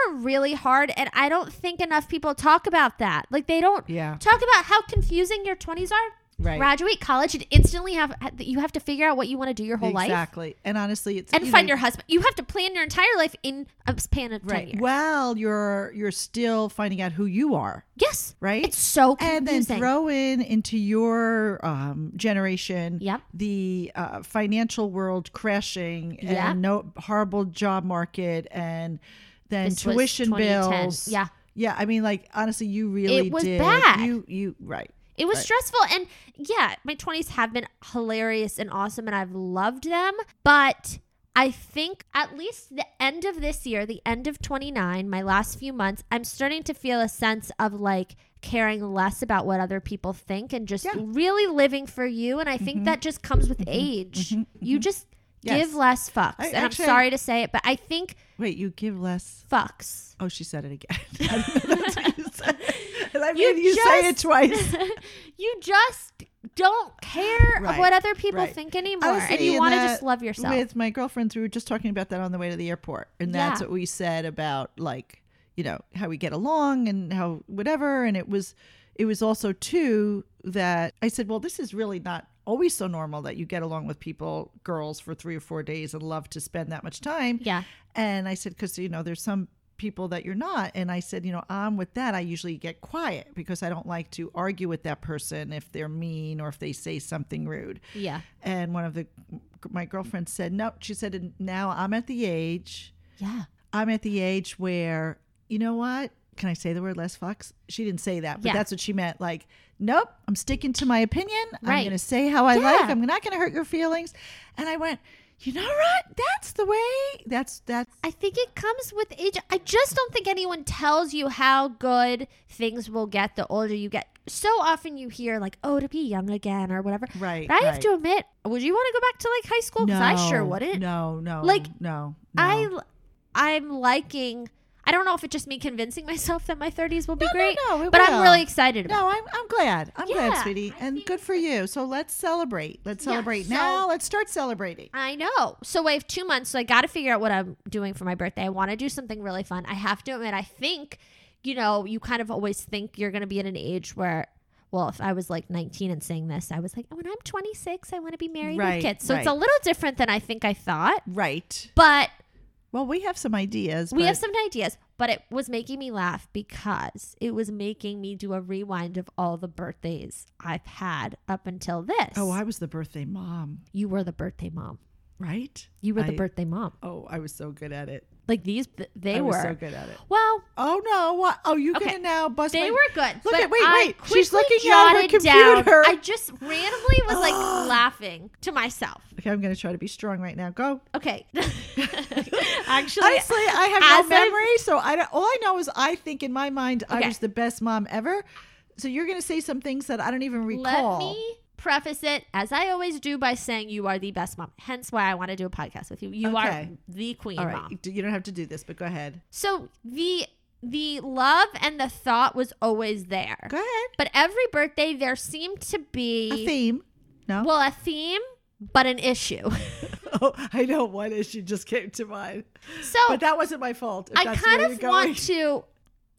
are really hard, and I don't think enough people talk about that. Like they don't
Yeah.
talk about how confusing your 20s are.
Right.
Graduate college and instantly have you have to figure out what you want to do your whole life
exactly. And honestly, it's.
and
you
find
know,
your husband. You have to plan your entire life in a span of 10
Right.
years.
Well, you're you're still finding out who you are.
yes.
right?
It's so
and then
confusing.
throw in into your um, generation
Yep.
the uh, financial world crashing
Yep.
and no horrible job market and then
This was
tuition
2010.
bills.
Yeah.
yeah. I mean, like honestly, you really
It was
did.
bad.
You you right.
It was
Right.
stressful. And yeah, my 20s have been hilarious and awesome, and I've loved them. But I think at least the end of this year, the end of 29, my last few months, I'm starting to feel a sense of like caring less about what other people think and just
Yeah. Mm-hmm.
really living for you. And I think that just comes with age. You just
Yes.
give less fucks.
I
and
actually-
I'm sorry to say it, but I think
Wait, you give less.
fucks.
Oh, she said it again. I didn't know that's what you said. And I
You
mean, you say it
just-
twice.
you just don't care of
Right,
what other people
right.
think
I
anymore.
was
And
saying
you want to
that
just love yourself.
With my girlfriends, we were just talking about that on the way to the airport, and that's
Yeah.
what we said about like you know how we get along and how whatever. And it was it was also too that I said, well, this is really not always so normal that you get along with people, girls, for three or four days and love to spend that much time.
yeah.
And I said, because, you know, there's some people that you're not. And I said, you know, I'm with that. I usually get quiet because I don't like to argue with that person if they're mean or if they say something rude.
Yeah.
And one of the, my girlfriend said, no, she said, "And now I'm at the age,
Yeah.
I'm at the age where, you know what? Can I say the word less fucks? She didn't say that, but
Yeah.
that's what she meant. Like, nope, I'm sticking to my opinion. I'm
Right.
going to say how I like.
Yeah.
I'm not going to hurt your feelings. And I went, you know what? That's the way. That's, that's,
I think it comes with age. I just don't think anyone tells you how good things will get the older you get. So often you hear like, "Oh, to be young again" or whatever.
Right.
But I have
right.
to admit, would you want to go back to like high school? Because I sure wouldn't.
No, no.
Like,
no. no.
I, I'm liking. I don't know if it's just me convincing myself that my 30s will be
No, no,
great,
no, it
but
will.
I'm really excited about.
No, I'm, I'm glad. I'm glad,
Yeah,
sweetie.
I
And
think
good for you. So let's celebrate. Let's
Yeah,
celebrate
so-
now. Let's start celebrating.
I know. So I have two months, so I got to figure out what I'm doing for my birthday. I want to do something really fun. I have to admit, I think, you know, you kind of always think you're going to be at an age where, well, if I was like 19 and saying this, I was like, "Oh, when I'm 26, I want to be married
Right,
with kids. So it's
right.
a little different than I think I thought,
Right.
but
Well, we have some ideas.
we
but
have some ideas. But it was making me laugh because it was making me do a rewind of all the birthdays I've had up until this.
Oh, I was the birthday mom,
you were the birthday mom.
right?
You were the
I-
birthday mom.
Oh, I was so good at it.
Like these, th- they
I
were.
was so good at it.
Well,
Oh no! What? Oh, you
Okay.
gonna now bust?
they
my-
were good.
Look
but
at- wait,
I
wait, she's
quickly
looking at her
jotted down-
computer.
I just randomly was like laughing to myself.
Okay, I'm gonna try to be strong right now. Go.
Okay. Actually,
Honestly, I have no
as I've-
memory, so I don't, all I know is I think in my mind I
Okay.
was the best mom ever. So you're going to say some things that I don't even recall.
let me preface it as I always do by saying you are the best mom. Hence why I want to do a podcast with you. You are
Okay.
the queen
all right,
mom.
you- you don't have to do this, but go ahead.
So the the love and the thought was always there.
Go ahead.
But every birthday there seemed to be
A theme. No.
well a theme but an issue.
oh, I know one issue just came to mind,
So
but that wasn't my fault. if
I
that's
kind
where
of
you're going.
want to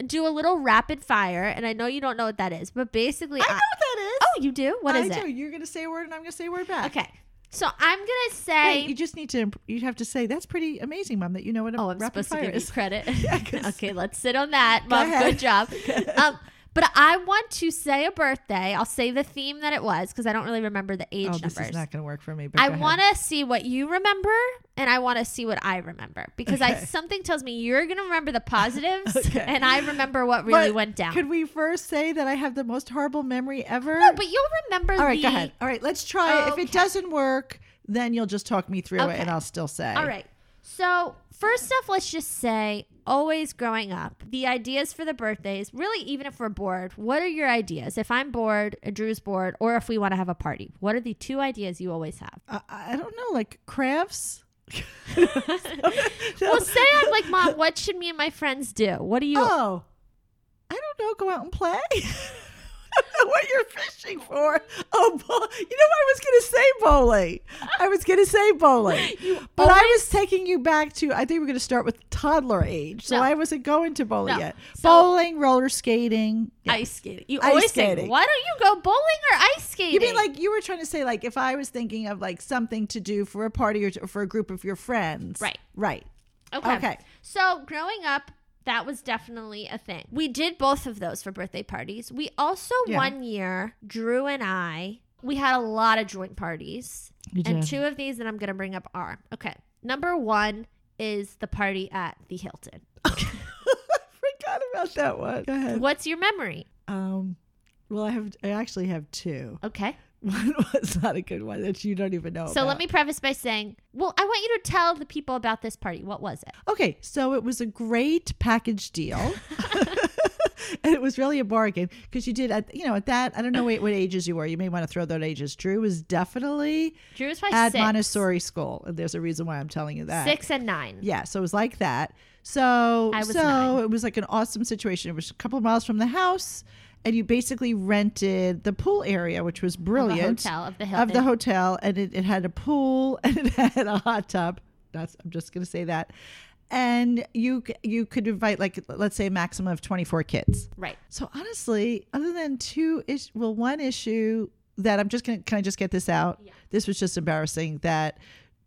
do a little rapid fire, and I know you don't know what that is, but basically,
I know what that is.
oh, you do. What is
I do.
it?
You're going to say a word, and I'm going to say a word back.
Okay, so I'm gonna
Wait,
say.
you just need to. imp- You have to say that's pretty amazing, mom. That you know what a
oh, I'm
rapid
supposed to
fire
give you
is.
credit.
'cause-
okay, let's sit on that, mom.
ahead.
Good job. um, but I want to say a birthday. I'll say the theme that it was because I don't really remember the age
oh, this
numbers.
is not going to work for me. But
I
go ahead.
want to see what you remember, and I want to see what I remember because I
Okay.
something tells me you're gonna remember the positives,
Okay.
and I remember what really
But
went down.
Could we first say that I have the most horrible memory ever?
No, but you'll remember.
All right,
the,
go ahead. All right, let's try. it. If it
Okay.
doesn't work, then you'll just talk me through it,
Okay.
and I'll still say.
All right. So first off, let's just say, always growing up, the ideas for the birthdays. Really, even if we're bored, what are your ideas? If I'm bored, and Drew's bored, or if we want to have a party, what are the two ideas you always have?
I, I don't know, like crafts.
Well, say I'm like, Mom, what should me and my friends do? What do you?
Oh, I don't know. Go out and play. I don't know what you're fishing for. Oh, bowl. you know what I was going to say bowling. I was going to say bowling. but I was taking you back to, I think we're going to start with toddler age. So
No.
I wasn't going to bowling
No.
yet.
So-
bowling, roller skating. Yeah.
Ice skating. You
Ice
always
skating.
say, why don't you go bowling or ice skating?
You mean like you were trying to say like if I was thinking of like something to do for a party or, t- or for a group of your friends.
Right.
Right.
Okay.
Okay.
So growing up, that was definitely a thing. We did both of those for birthday parties. We also
Yeah.
one year, Drew and I, we had a lot of joint parties.
You
And
did.
two of these that I'm gonna bring up are okay. Number one is the party at the Hilton.
I forgot about that one. Go ahead.
What's your memory?
Um well I have I actually have two.
Okay.
One was not a good one that you don't even know.
So let
about.
me preface by saying, well, I want you to tell the people about this party. What was it?
Okay, so it was a great package deal. and it was really a bargain because you did, at, you know, at that, I don't know what, what ages you were. You may want to throw those ages. Drew was definitely
Drew was probably
at
six,
Montessori school. And there's a reason why I'm telling you that.
six and nine.
Yeah, so it was like that. So
I was
so
nine.
it was like an awesome situation. It was a couple of miles from the house, and you basically rented the pool area, which was brilliant
hotel, of the
of the
Hilton.
hotel, and it, it had a pool and it had a hot tub. That's I'm just gonna say that, and you c- you could invite like let's say a maximum of 24 kids.
Right.
So honestly, other than two is well, one issue that I'm just gonna can I just get this out? This was just embarrassing that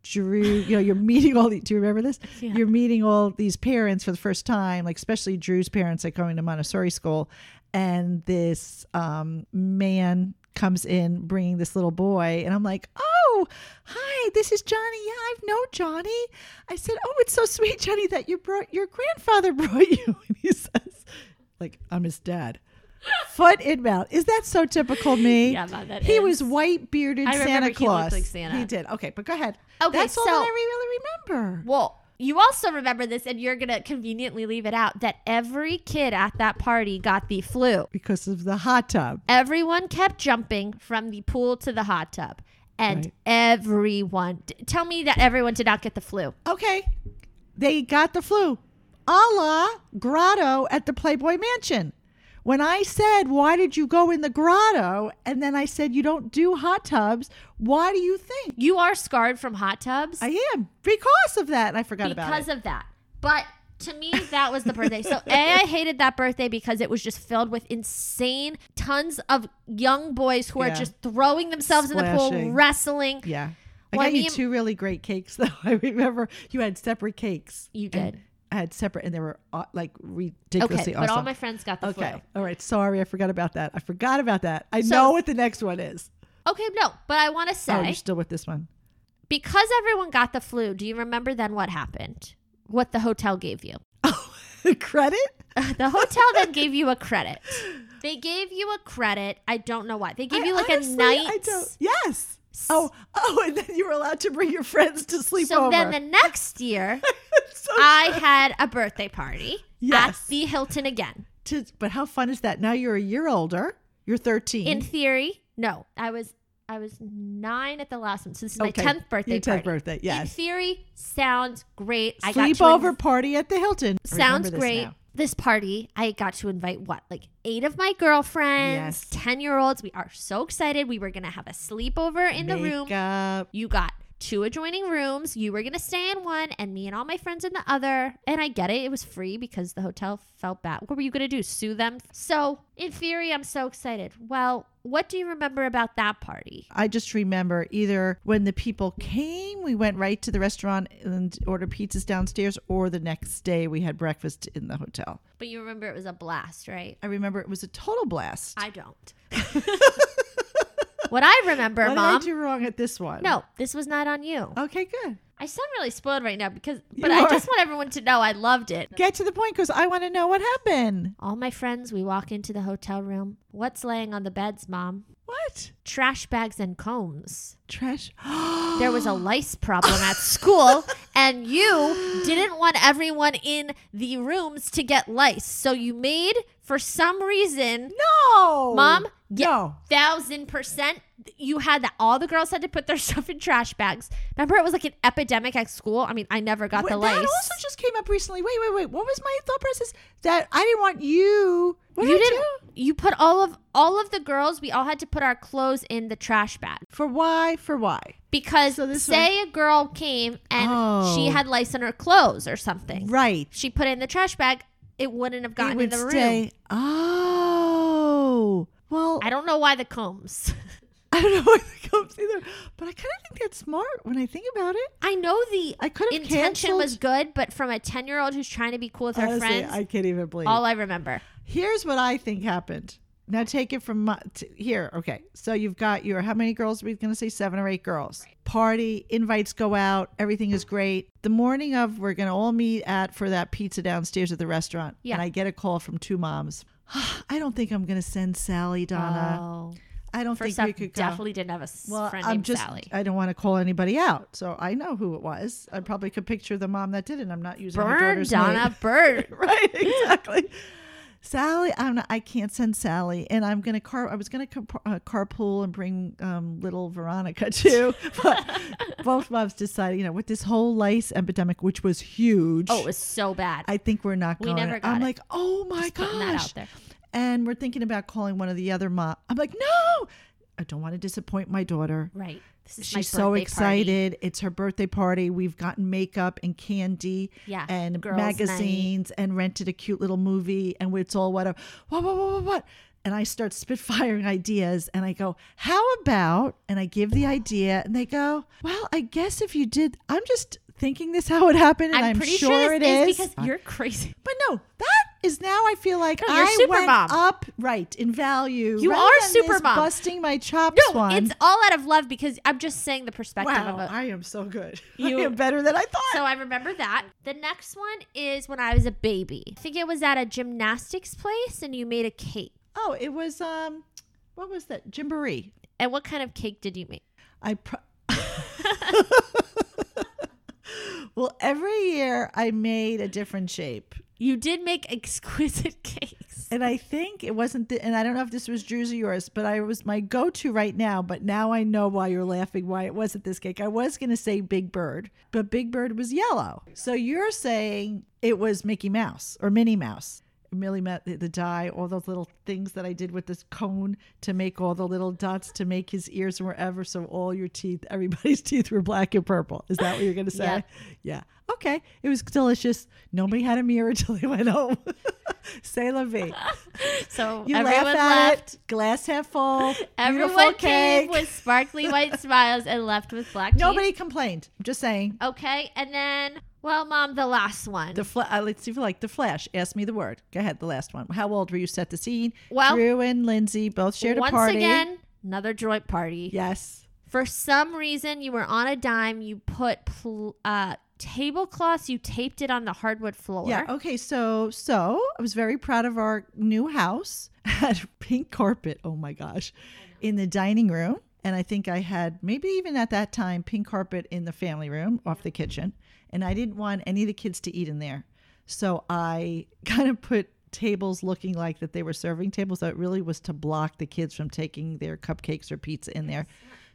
Drew, you know, you're meeting all the do you remember this?
Yeah.
You're meeting all these parents for the first time, like especially Drew's parents like going to Montessori school, and this um man comes in bringing this little boy and I'm like, "Oh, hi, this is Johnny. Yeah, I've known Johnny." I said, "Oh, it's so sweet, Johnny, that you brought your grandfather brought you." And he says, like I'm his dad. Foot in mouth. Is that so typical me?
Yeah, Ma, that
he
is.
was white bearded
I
Santa
remember he
Claus.
looked like Santa.
He did. Okay, but go ahead.
Okay,
that's all
so-
that I really remember.
Well, you also remember this, and you're going to conveniently leave it out that every kid at that party got the flu.
Because of the hot tub.
Everyone kept jumping from the pool to the hot tub. And
Right.
everyone, d- tell me that everyone did not get the flu.
Okay, they got the flu. A la grotto at the Playboy Mansion. When I said, Why did you go in the grotto? And then I said, You don't do hot tubs. Why do you think?
You are scarred from hot tubs
I am because of that. And I forgot about
because
it.
of that. But to me, that was the birthday. So, A, I hated that birthday because it was just filled with insane tons of young boys who
Yeah.
are just throwing themselves in the pool,
Splashing.
wrestling.
Yeah. I
Well, I
got you
mean-
two really great cakes, though. I remember you had separate cakes.
You
And
did.
I had separate, and they were uh, like
Okay,
ridiculously
but
awesome.
all my friends got the flu.
okay. All right. Sorry, I forgot about that. I forgot about that. I
So-
know what the next one is.
Okay, no, but I want to
Oh, you're
say
still with this one.
because everyone got the flu, do you remember then what happened? What the hotel gave you?
Oh, credit?
The hotel then gave you a credit. They gave you a credit. I don't know why. They gave
I
you like a
honestly-
night.
I don't. Yes. Oh, oh, and then you were allowed to bring your friends to sleep
so
over.
then the next year,
So-
I had a birthday party
Yes.
at the Hilton again.
to- but how fun is that? Now you're a year older. You're 13.
In theory, no, I was I was nine at the last one, so this is my
Okay,
tenth birthday
Your 10th
party.
birthday.
In
Yes.
theory, sounds great. I got to
Sleepover party at the Hilton. I remember
Sounds
this
great.
now.
This party, I got to invite what, like eight of my girlfriends,
Yes.
10 year olds. We are so excited. We were going to have a sleepover in the room.
Makeup.
You got two adjoining rooms. You were going to stay in one, and me and all my friends in the other. And I get it. It was free because the hotel felt bad. What were you going to do? Sue them? So, in theory, I'm so excited. Well, what do you remember about that party?
I just remember either when the people came, we went right to the restaurant and ordered pizzas downstairs, or the next day we had breakfast in the hotel.
But you remember it was a blast, right?
I remember it was a total blast.
I don't. what I remember,
what
Mom.
did I do wrong at this one?
no, this was not on you.
Okay, good.
I sound really spoiled right now because, but
You
I
are.
just want everyone to know I loved it.
Get to the point because I want to know what happened.
All my friends, we walk into the hotel room. What's laying on the beds, Mom?
What?
Trash bags and combs.
Trash.
There was a lice problem at school, and you didn't want everyone in the rooms to get lice. So you made, for some reason,
no.
Mom, yeah.
No.
thousand percent you had that all the girls had to put their stuff in trash bags remember it was like an epidemic at school i mean i never got
Wait,
the lice
That also just came up recently. Wait, wait, wait. What was my thought process? That I didn't want you. What
you
did I
didn't.
do?
You put all of all of the girls. We all had to put our clothes in the trash bag
For why? For why?
because
this
say a girl came and she
Oh.
had lice in her clothes or something.
Right.
She put it in the trash bag. It wouldn't have gotten in the room.
Oh. Well,
I don't know why the combs.
I don't know where it comes either, but I kind of think that's smart when I think about it.
I know the
I could have
intention
canceled.
was good, but from a ten year old who's trying to be cool with her
Honestly,
friends,
I can't even believe.
all I remember.
Here's what I think happened. Now take it from my, t- here. Okay, so you've got your how many girls? We're gonna say seven or eight girls. Party invites go out. Everything is great. The morning of, we're gonna all meet at for that pizza downstairs at the restaurant.
Yeah.
And I get a call from two moms. I don't think I'm gonna send Sally Donna.
oh.
I don't
First
think
off,
we could go.
definitely didn't have a s-
well,
friend
I'm
named
just
Sally.
I don't want to call anybody out, so I know who it was. I probably could picture the mom that did it. I'm not using her
Burn,
daughter's name.
Donna, burn.
right exactly sally i'm not i can't send sally and i'm gonna car i was gonna car, uh, carpool and bring um, little veronica too but both moms decided you know with this whole lice epidemic which was huge
Oh, it was so bad.
i think we're not
We
going
never got
i'm
it.
like oh my
Just putting that out
gosh
there.
and we're thinking about calling one of the other mom i'm like no i don't want to disappoint my daughter
Right. This is my
She's so
birthday party.
excited. It's her birthday party. We've gotten makeup and candy
Yeah,
and
girls'
magazines and rented a cute little movie and it's all whatever. What, what, what, what, what? And I start spitfiring ideas and I go, how about? And I give the idea and they go, well, I guess if you did, I'm just thinking this how it happened and
I'm,
I'm,
pretty
sure,
sure
it
this
is.
is because you're crazy.
but no, that is now I feel like
No, you're
I
super
went
mom.
up right in value.
You
rather
are
than
super
this
mom.
busting my chops.
No,
one.
it's all out of love because I'm just saying the perspective
Wow,
of a,
I am so good.
You-
I am better than I thought.
So I remember that. The next one is when I was a baby. I think it was at a gymnastics place and you made a cake.
oh, it was um, what was that? Jamboree.
And what kind of cake did you make?
I. Pro- well, every year I made a different shape,
You did make exquisite cakes.
and I think it wasn't. The, and I don't know if this was Drew's or yours, but I was my go-to right now. But now I know why you're laughing. Why it wasn't this cake? I was gonna say Big Bird, but Big Bird was yellow. So you're saying it was Mickey Mouse or Minnie Mouse. Millie met the, the dye, all those little things that I did with this cone to make all the little dots to make his ears and wherever. So all your teeth, everybody's teeth were black and purple. Is that what you're going to say?
Yeah.
Yeah. Okay. It was delicious. Nobody had a mirror till they went home. Say la vie.
So
You
everyone
laugh at
left.
it. Glass half full. beautiful
Everyone
cake.
came with sparkly white smiles and left with black teeth.
Nobody complained. I'm just saying.
Okay, and then well, mom, the last one.
The fla- uh, let's see if you like the flash. Ask me the word. Go ahead. The last one. How old were you? Set the scene.
Well,
Drew and Lindsay both shared
Once
a party.
again, another joint party.
Yes.
For some reason, you were on a dime. You put pl- uh, tablecloths. You taped it on the hardwood floor.
Yeah. oh, Okay. So, so I was very proud of our new house. Had pink carpet. Oh my gosh, in the dining room, and I think I had maybe even at that time pink carpet in the family room off the kitchen, and I didn't want any of the kids to eat in there, so I kind of put tables looking like that they were serving tables so it really was to block the kids from taking their cupcakes or pizza in there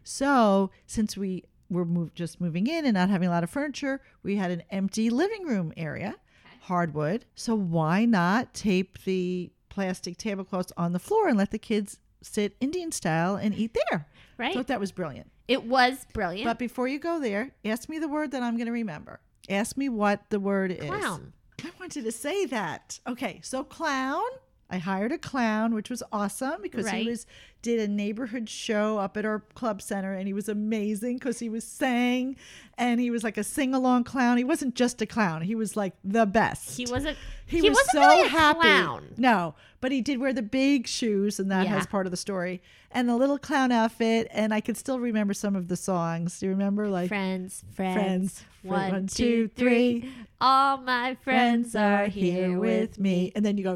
so since we were move, just moving in and not having a lot of furniture we had an empty living room area hardwood. So why not tape the plastic tablecloths on the floor and let the kids sit Indian style and eat there?
Right.
Thought that was brilliant.
It was brilliant.
But before you go there, ask me the word that I'm going to remember. Ask me what the word is.
Clown.
I wanted to say that. Okay, so clown. I hired a clown, which was awesome because
Right.
he was did a neighborhood show up at our club center, and he was amazing because he was sang, and he was like a sing along clown. He wasn't just a clown; he was like the best.
He wasn't.
He,
He,
was
wasn't
so
really a
happy.
clown.
No, but he did wear the big shoes, and that
Yeah.
has part of the story, and the little clown outfit. And I can still remember some of the songs. Do you remember, like
Friends, friends.
Friends.
One,
One,
two,
two,
three.
three.
All my friends are here with me.
And then you go,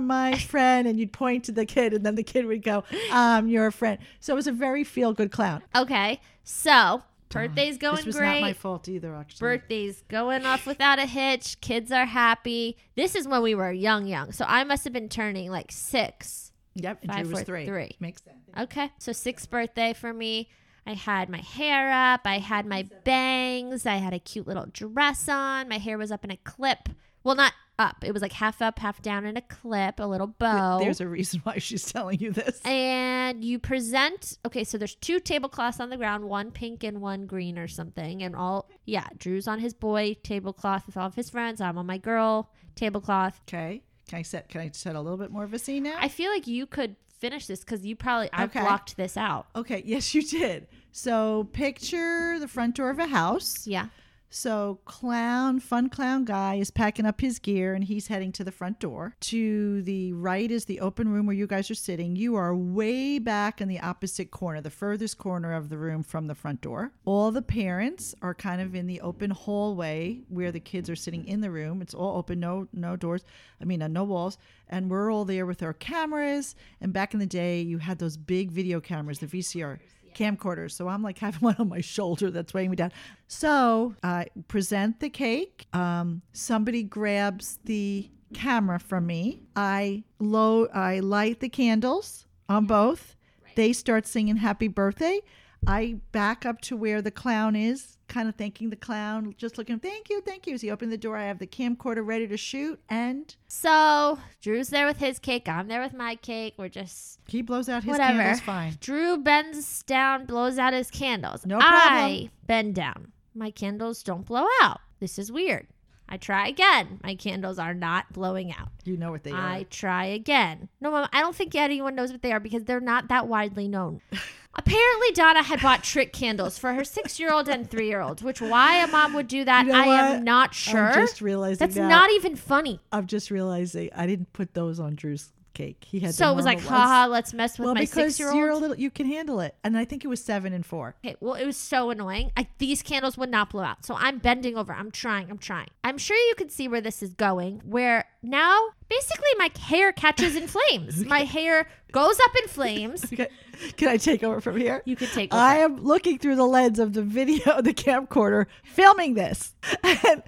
my friend. And you'd point to the kid, and then the kid would go, I'm your friend. So it was a very feel good clown.
Okay, so birthday's going
this was
great.
not my fault either, actually.
Birthday's going off without a hitch. Kids are happy. This is when we were young, young. So I must have been turning like six.
yep, and
Five,
Drew was
four,
three.
three.
Makes sense.
Okay. So sixth birthday for me. I had my hair up. I had my bangs. I had a cute little dress on. My hair was up in a clip. Well, not up. It was like half up, half down in a clip, a little bow.
There's a reason why she's telling you this.
Oh. and you present. Okay, so there's two tablecloths on the ground, one pink and one green or something. And all, yeah, Drew's on his boy tablecloth with all of his friends. I'm on my girl tablecloth.
okay. Can I set can I set a little bit more of a scene now?
I feel like you could finish this because you probably, I
Okay.
blocked this out.
okay, yes you did. So picture the front door of a house.
Yeah.
So, clown, fun clown guy is packing up his gear and he's heading to the front door. To the right is the open room where you guys are sitting. You are way back in the opposite corner, the furthest corner of the room from the front door. All the parents are kind of in the open hallway where the kids are sitting in the room. It's all open, no no doors. I mean, uh, no walls. And we're all there with our cameras. And back in the day, you had those big video cameras, the VCR camcorders. So I'm like having one on my shoulder that's weighing me down. So I present the cake. Um, somebody grabs the camera from me. I low I light the candles on both. They start singing happy birthday. I back up to where the clown is, kind of thanking the clown, just looking, thank you, thank you. As he opened the door, I have the camcorder ready to shoot, and
So Drew's there with his cake. I'm there with my cake. We're just
he blows out his
Whatever.
candles fine.
Drew bends down, blows out his candles.
No
I bend down. My candles don't blow out. This is weird. I try again. My candles are not blowing out.
You know what they are.
I try again. No, Mom, I don't think anyone knows what they are because they're not that widely known. Apparently, Donna had bought trick candles for her six year old and three year old, which why a mom would do that,
You know
I
what?
am not sure.
I'm just realizing
That's
now.
not even funny.
I'm just realizing I didn't put those on Drew's cake. He had
So
the
it was like,
normal ones.
haha, let's mess with
Well,
my
because
six year
you're a
old.
little, you can handle it, and I think it was seven and four.
Okay, well, it was so annoying. I, these candles would not blow out. So I'm bending over. I'm trying. I'm trying. I'm sure you can see where this is going. Where now, basically, my hair catches in flames. My hair goes up in flames.
Okay, can I take over from here?
You can take over.
I am looking through the lens of the video, the camcorder, filming this, and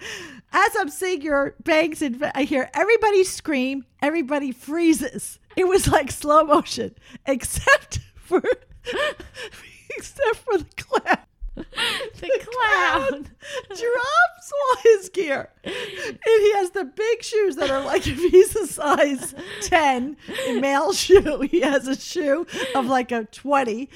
as I'm seeing your bangs, and I hear everybody scream, everybody freezes. It was like slow motion, except for, except for the clown.
the clown.
drops all his gear. And he has the big shoes that are like if he's a size 10 male shoe, he has a shoe of like a 20.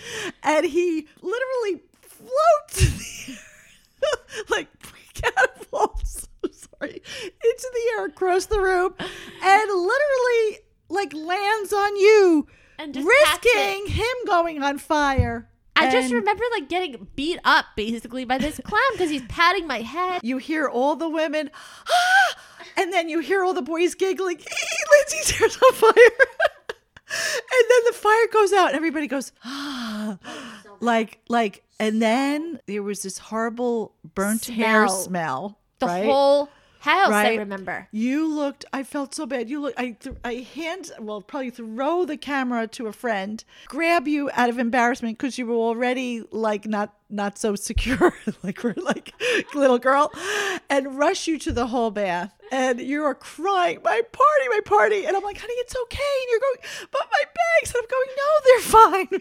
And he literally floats in the air, like catapults. I'm sorry. Into the air across the room and literally like lands on you,
And just catch it.
risking him going on fire.
I just
And-
remember like getting beat up basically by this clown because he's patting my head.
You hear all the women, "Ah!" and then you hear all the boys giggling. Lindsay's hair's on fire, and then the fire goes out, and everybody goes, ah, like, like, and then there was this horrible burnt hair
Smell.
smell.
The
right?
whole house, I
Right.
remember.
You looked. I felt so bad. You look. I. Th- I hand. Well, probably throw the camera to a friend, grab you out of embarrassment because you were already like not not so secure, like we're like little girl, and rush you to the whole bath, and you are crying, my party, my party, and I'm like, honey, it's okay, and you're going, but my bags, and I'm going, no, they're fine.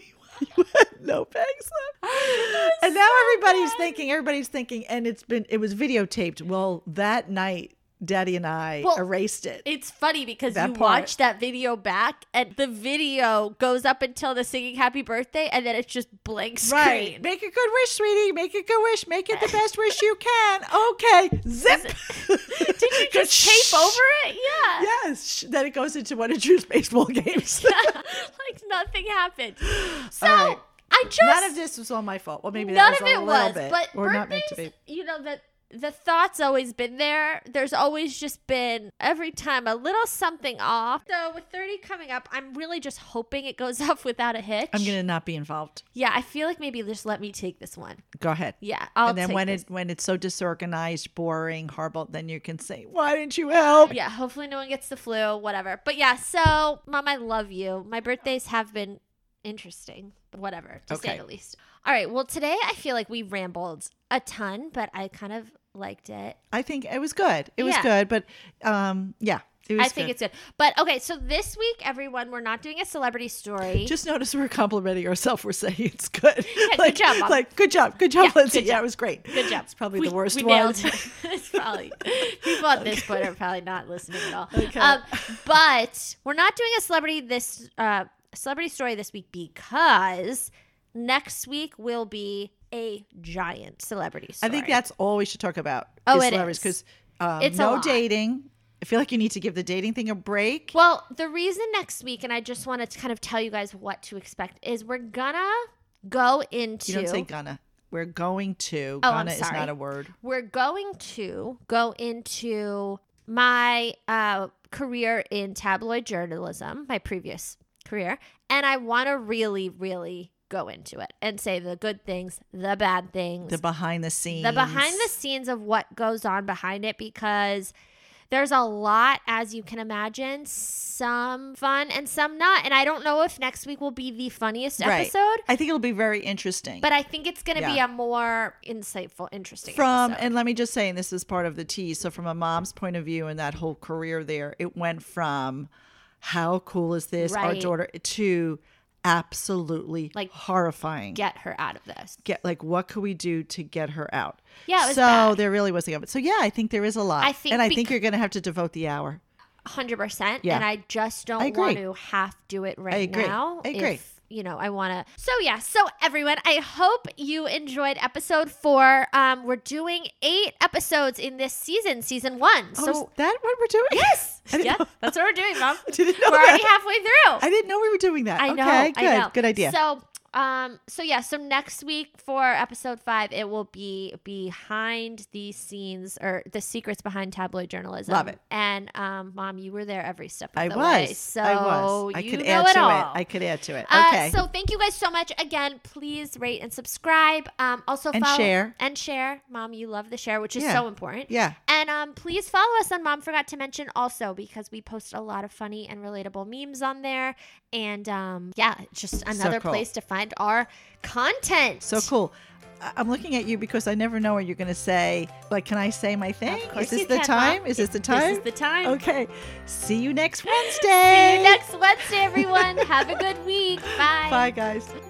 You had no bags left. And now everybody's thinking, everybody's thinking, and it's been, it was videotaped. Well, that night, Daddy and I
Well,
erased it.
It's funny because
That
you
part.
watch that video back and the video goes up until the singing happy birthday and then it's just blank screen.
Right. Make a good wish, sweetie. Make a good wish. Make it the best wish you can. Okay. Zip. Did
Did you just tape over it? Yeah.
Yes. Sh- Then it goes into one of Drew's baseball games.
like nothing happened. So
All right.
I just
None of this was all my fault. Well,
None
maybe that
of
was a
it
little
was,
bit,
but
or not meant to
birthdays,
be.
you know, the the thought's always been there. There's always just been every time a little something off. So with 30 coming up, I'm really just hoping it goes off without a hitch.
I'm gonna not be involved.
Yeah, I feel like maybe just let me take this one.
Go ahead.
Yeah, I'll.
and then
take
when
this.
it when it's so disorganized, boring, horrible, then you can say, "Why didn't you help?"
Yeah, hopefully no one gets the flu, whatever. But yeah, so mom, I love you. My birthdays have been interesting, whatever, to
Okay.
say the least. All right, well today I feel like we rambled a ton, but I kind of liked it.
I think it was good. It was
Yeah.
good, but um, yeah, it was.
I think
good.
it's good. But okay, so this week, everyone, we're not doing a celebrity story.
Just notice we're complimenting ourselves. We're saying it's good.
good job, Mom.
Like good job, good job,
Yeah,
Lindsay.
good
Yeah, it was great.
Good job.
It's probably
We-
the worst
we
one.
nailed it. it's probably people at this point are probably not listening at all.
Okay.
Um, but we're not doing a celebrity this uh, celebrity story this week because next week will be a giant celebrity
I
story.
think that's all we should talk about.
Oh, it is.
because um,
It's a
no
lot.
dating. I feel like you need to give the dating thing a break.
Well, the reason next week, and I just want to kind of tell you guys what to expect, is we're gonna go into
you don't say Ghana. We're going to.
Oh, I'm
gonna is
sorry.
not a word.
We're going to go into my uh, career in tabloid journalism, my previous career, and I want to really, really go into it and say the good things, the bad things,
The behind the scenes.
the behind the scenes of what goes on behind it because there's a lot as you can imagine some fun and some not and i don't know if next week will be the funniest
Right.
episode
I think it'll be very interesting.
but i think it's going to be
Yeah.
a more insightful interesting
from
episode.
and let me just say, and this is part of the tease. So from a mom's point of view and that whole career there, it went from how cool is this, our
Right.
daughter, to absolutely
Like,
horrifying.
get her out of this
Get like what could we do to get her out?
Yeah, it was
so
bad.
there really was a of it. So yeah, I think there is a lot.
I think
and I
bec-
think you're going to have to devote the hour.
100%
Yeah.
and i just don't
I agree.
want to half do it right
agree.
now
I agree.
if, you know i want to so yeah so everyone i hope you enjoyed episode four um we're doing eight episodes in this season season one
Oh,
so
is that what we're doing?
Yes.
I didn't
Yeah,
know-
that's what we're doing, Mom.
didn't know
we're already
that.
halfway through.
I didn't know we were doing that.
I know.
Okay, good.
I know.
Good idea.
So, um, so yeah, so next week for episode five, it will be behind the scenes or the secrets behind tabloid journalism.
Love it.
And um, Mom, you were there every step of
I
the
was.
way. So
I was. I
you
could
know
add
it
to
all.
it. I could add to it.
Uh,
Okay.
so thank you guys so much again. Please rate and subscribe. Um, also
And
follow
share.
and share. Mom, you love the share, which is
Yeah.
so important.
yeah.
And um, please follow us on Mom Forgot to Mention also because we post a lot of funny and relatable memes on there. And um, yeah, it's just another
cool.
place to find our content.
So cool. I- I'm looking at you because I never know what you're going to say. Like, can I say my thing?
Of course
is this
you
the
can,
time?
Mom.
Is this the
This
time?
is the time.
okay. See you next
See
Wednesday.
you next Wednesday, everyone. Have a good week. Bye.
Bye, guys.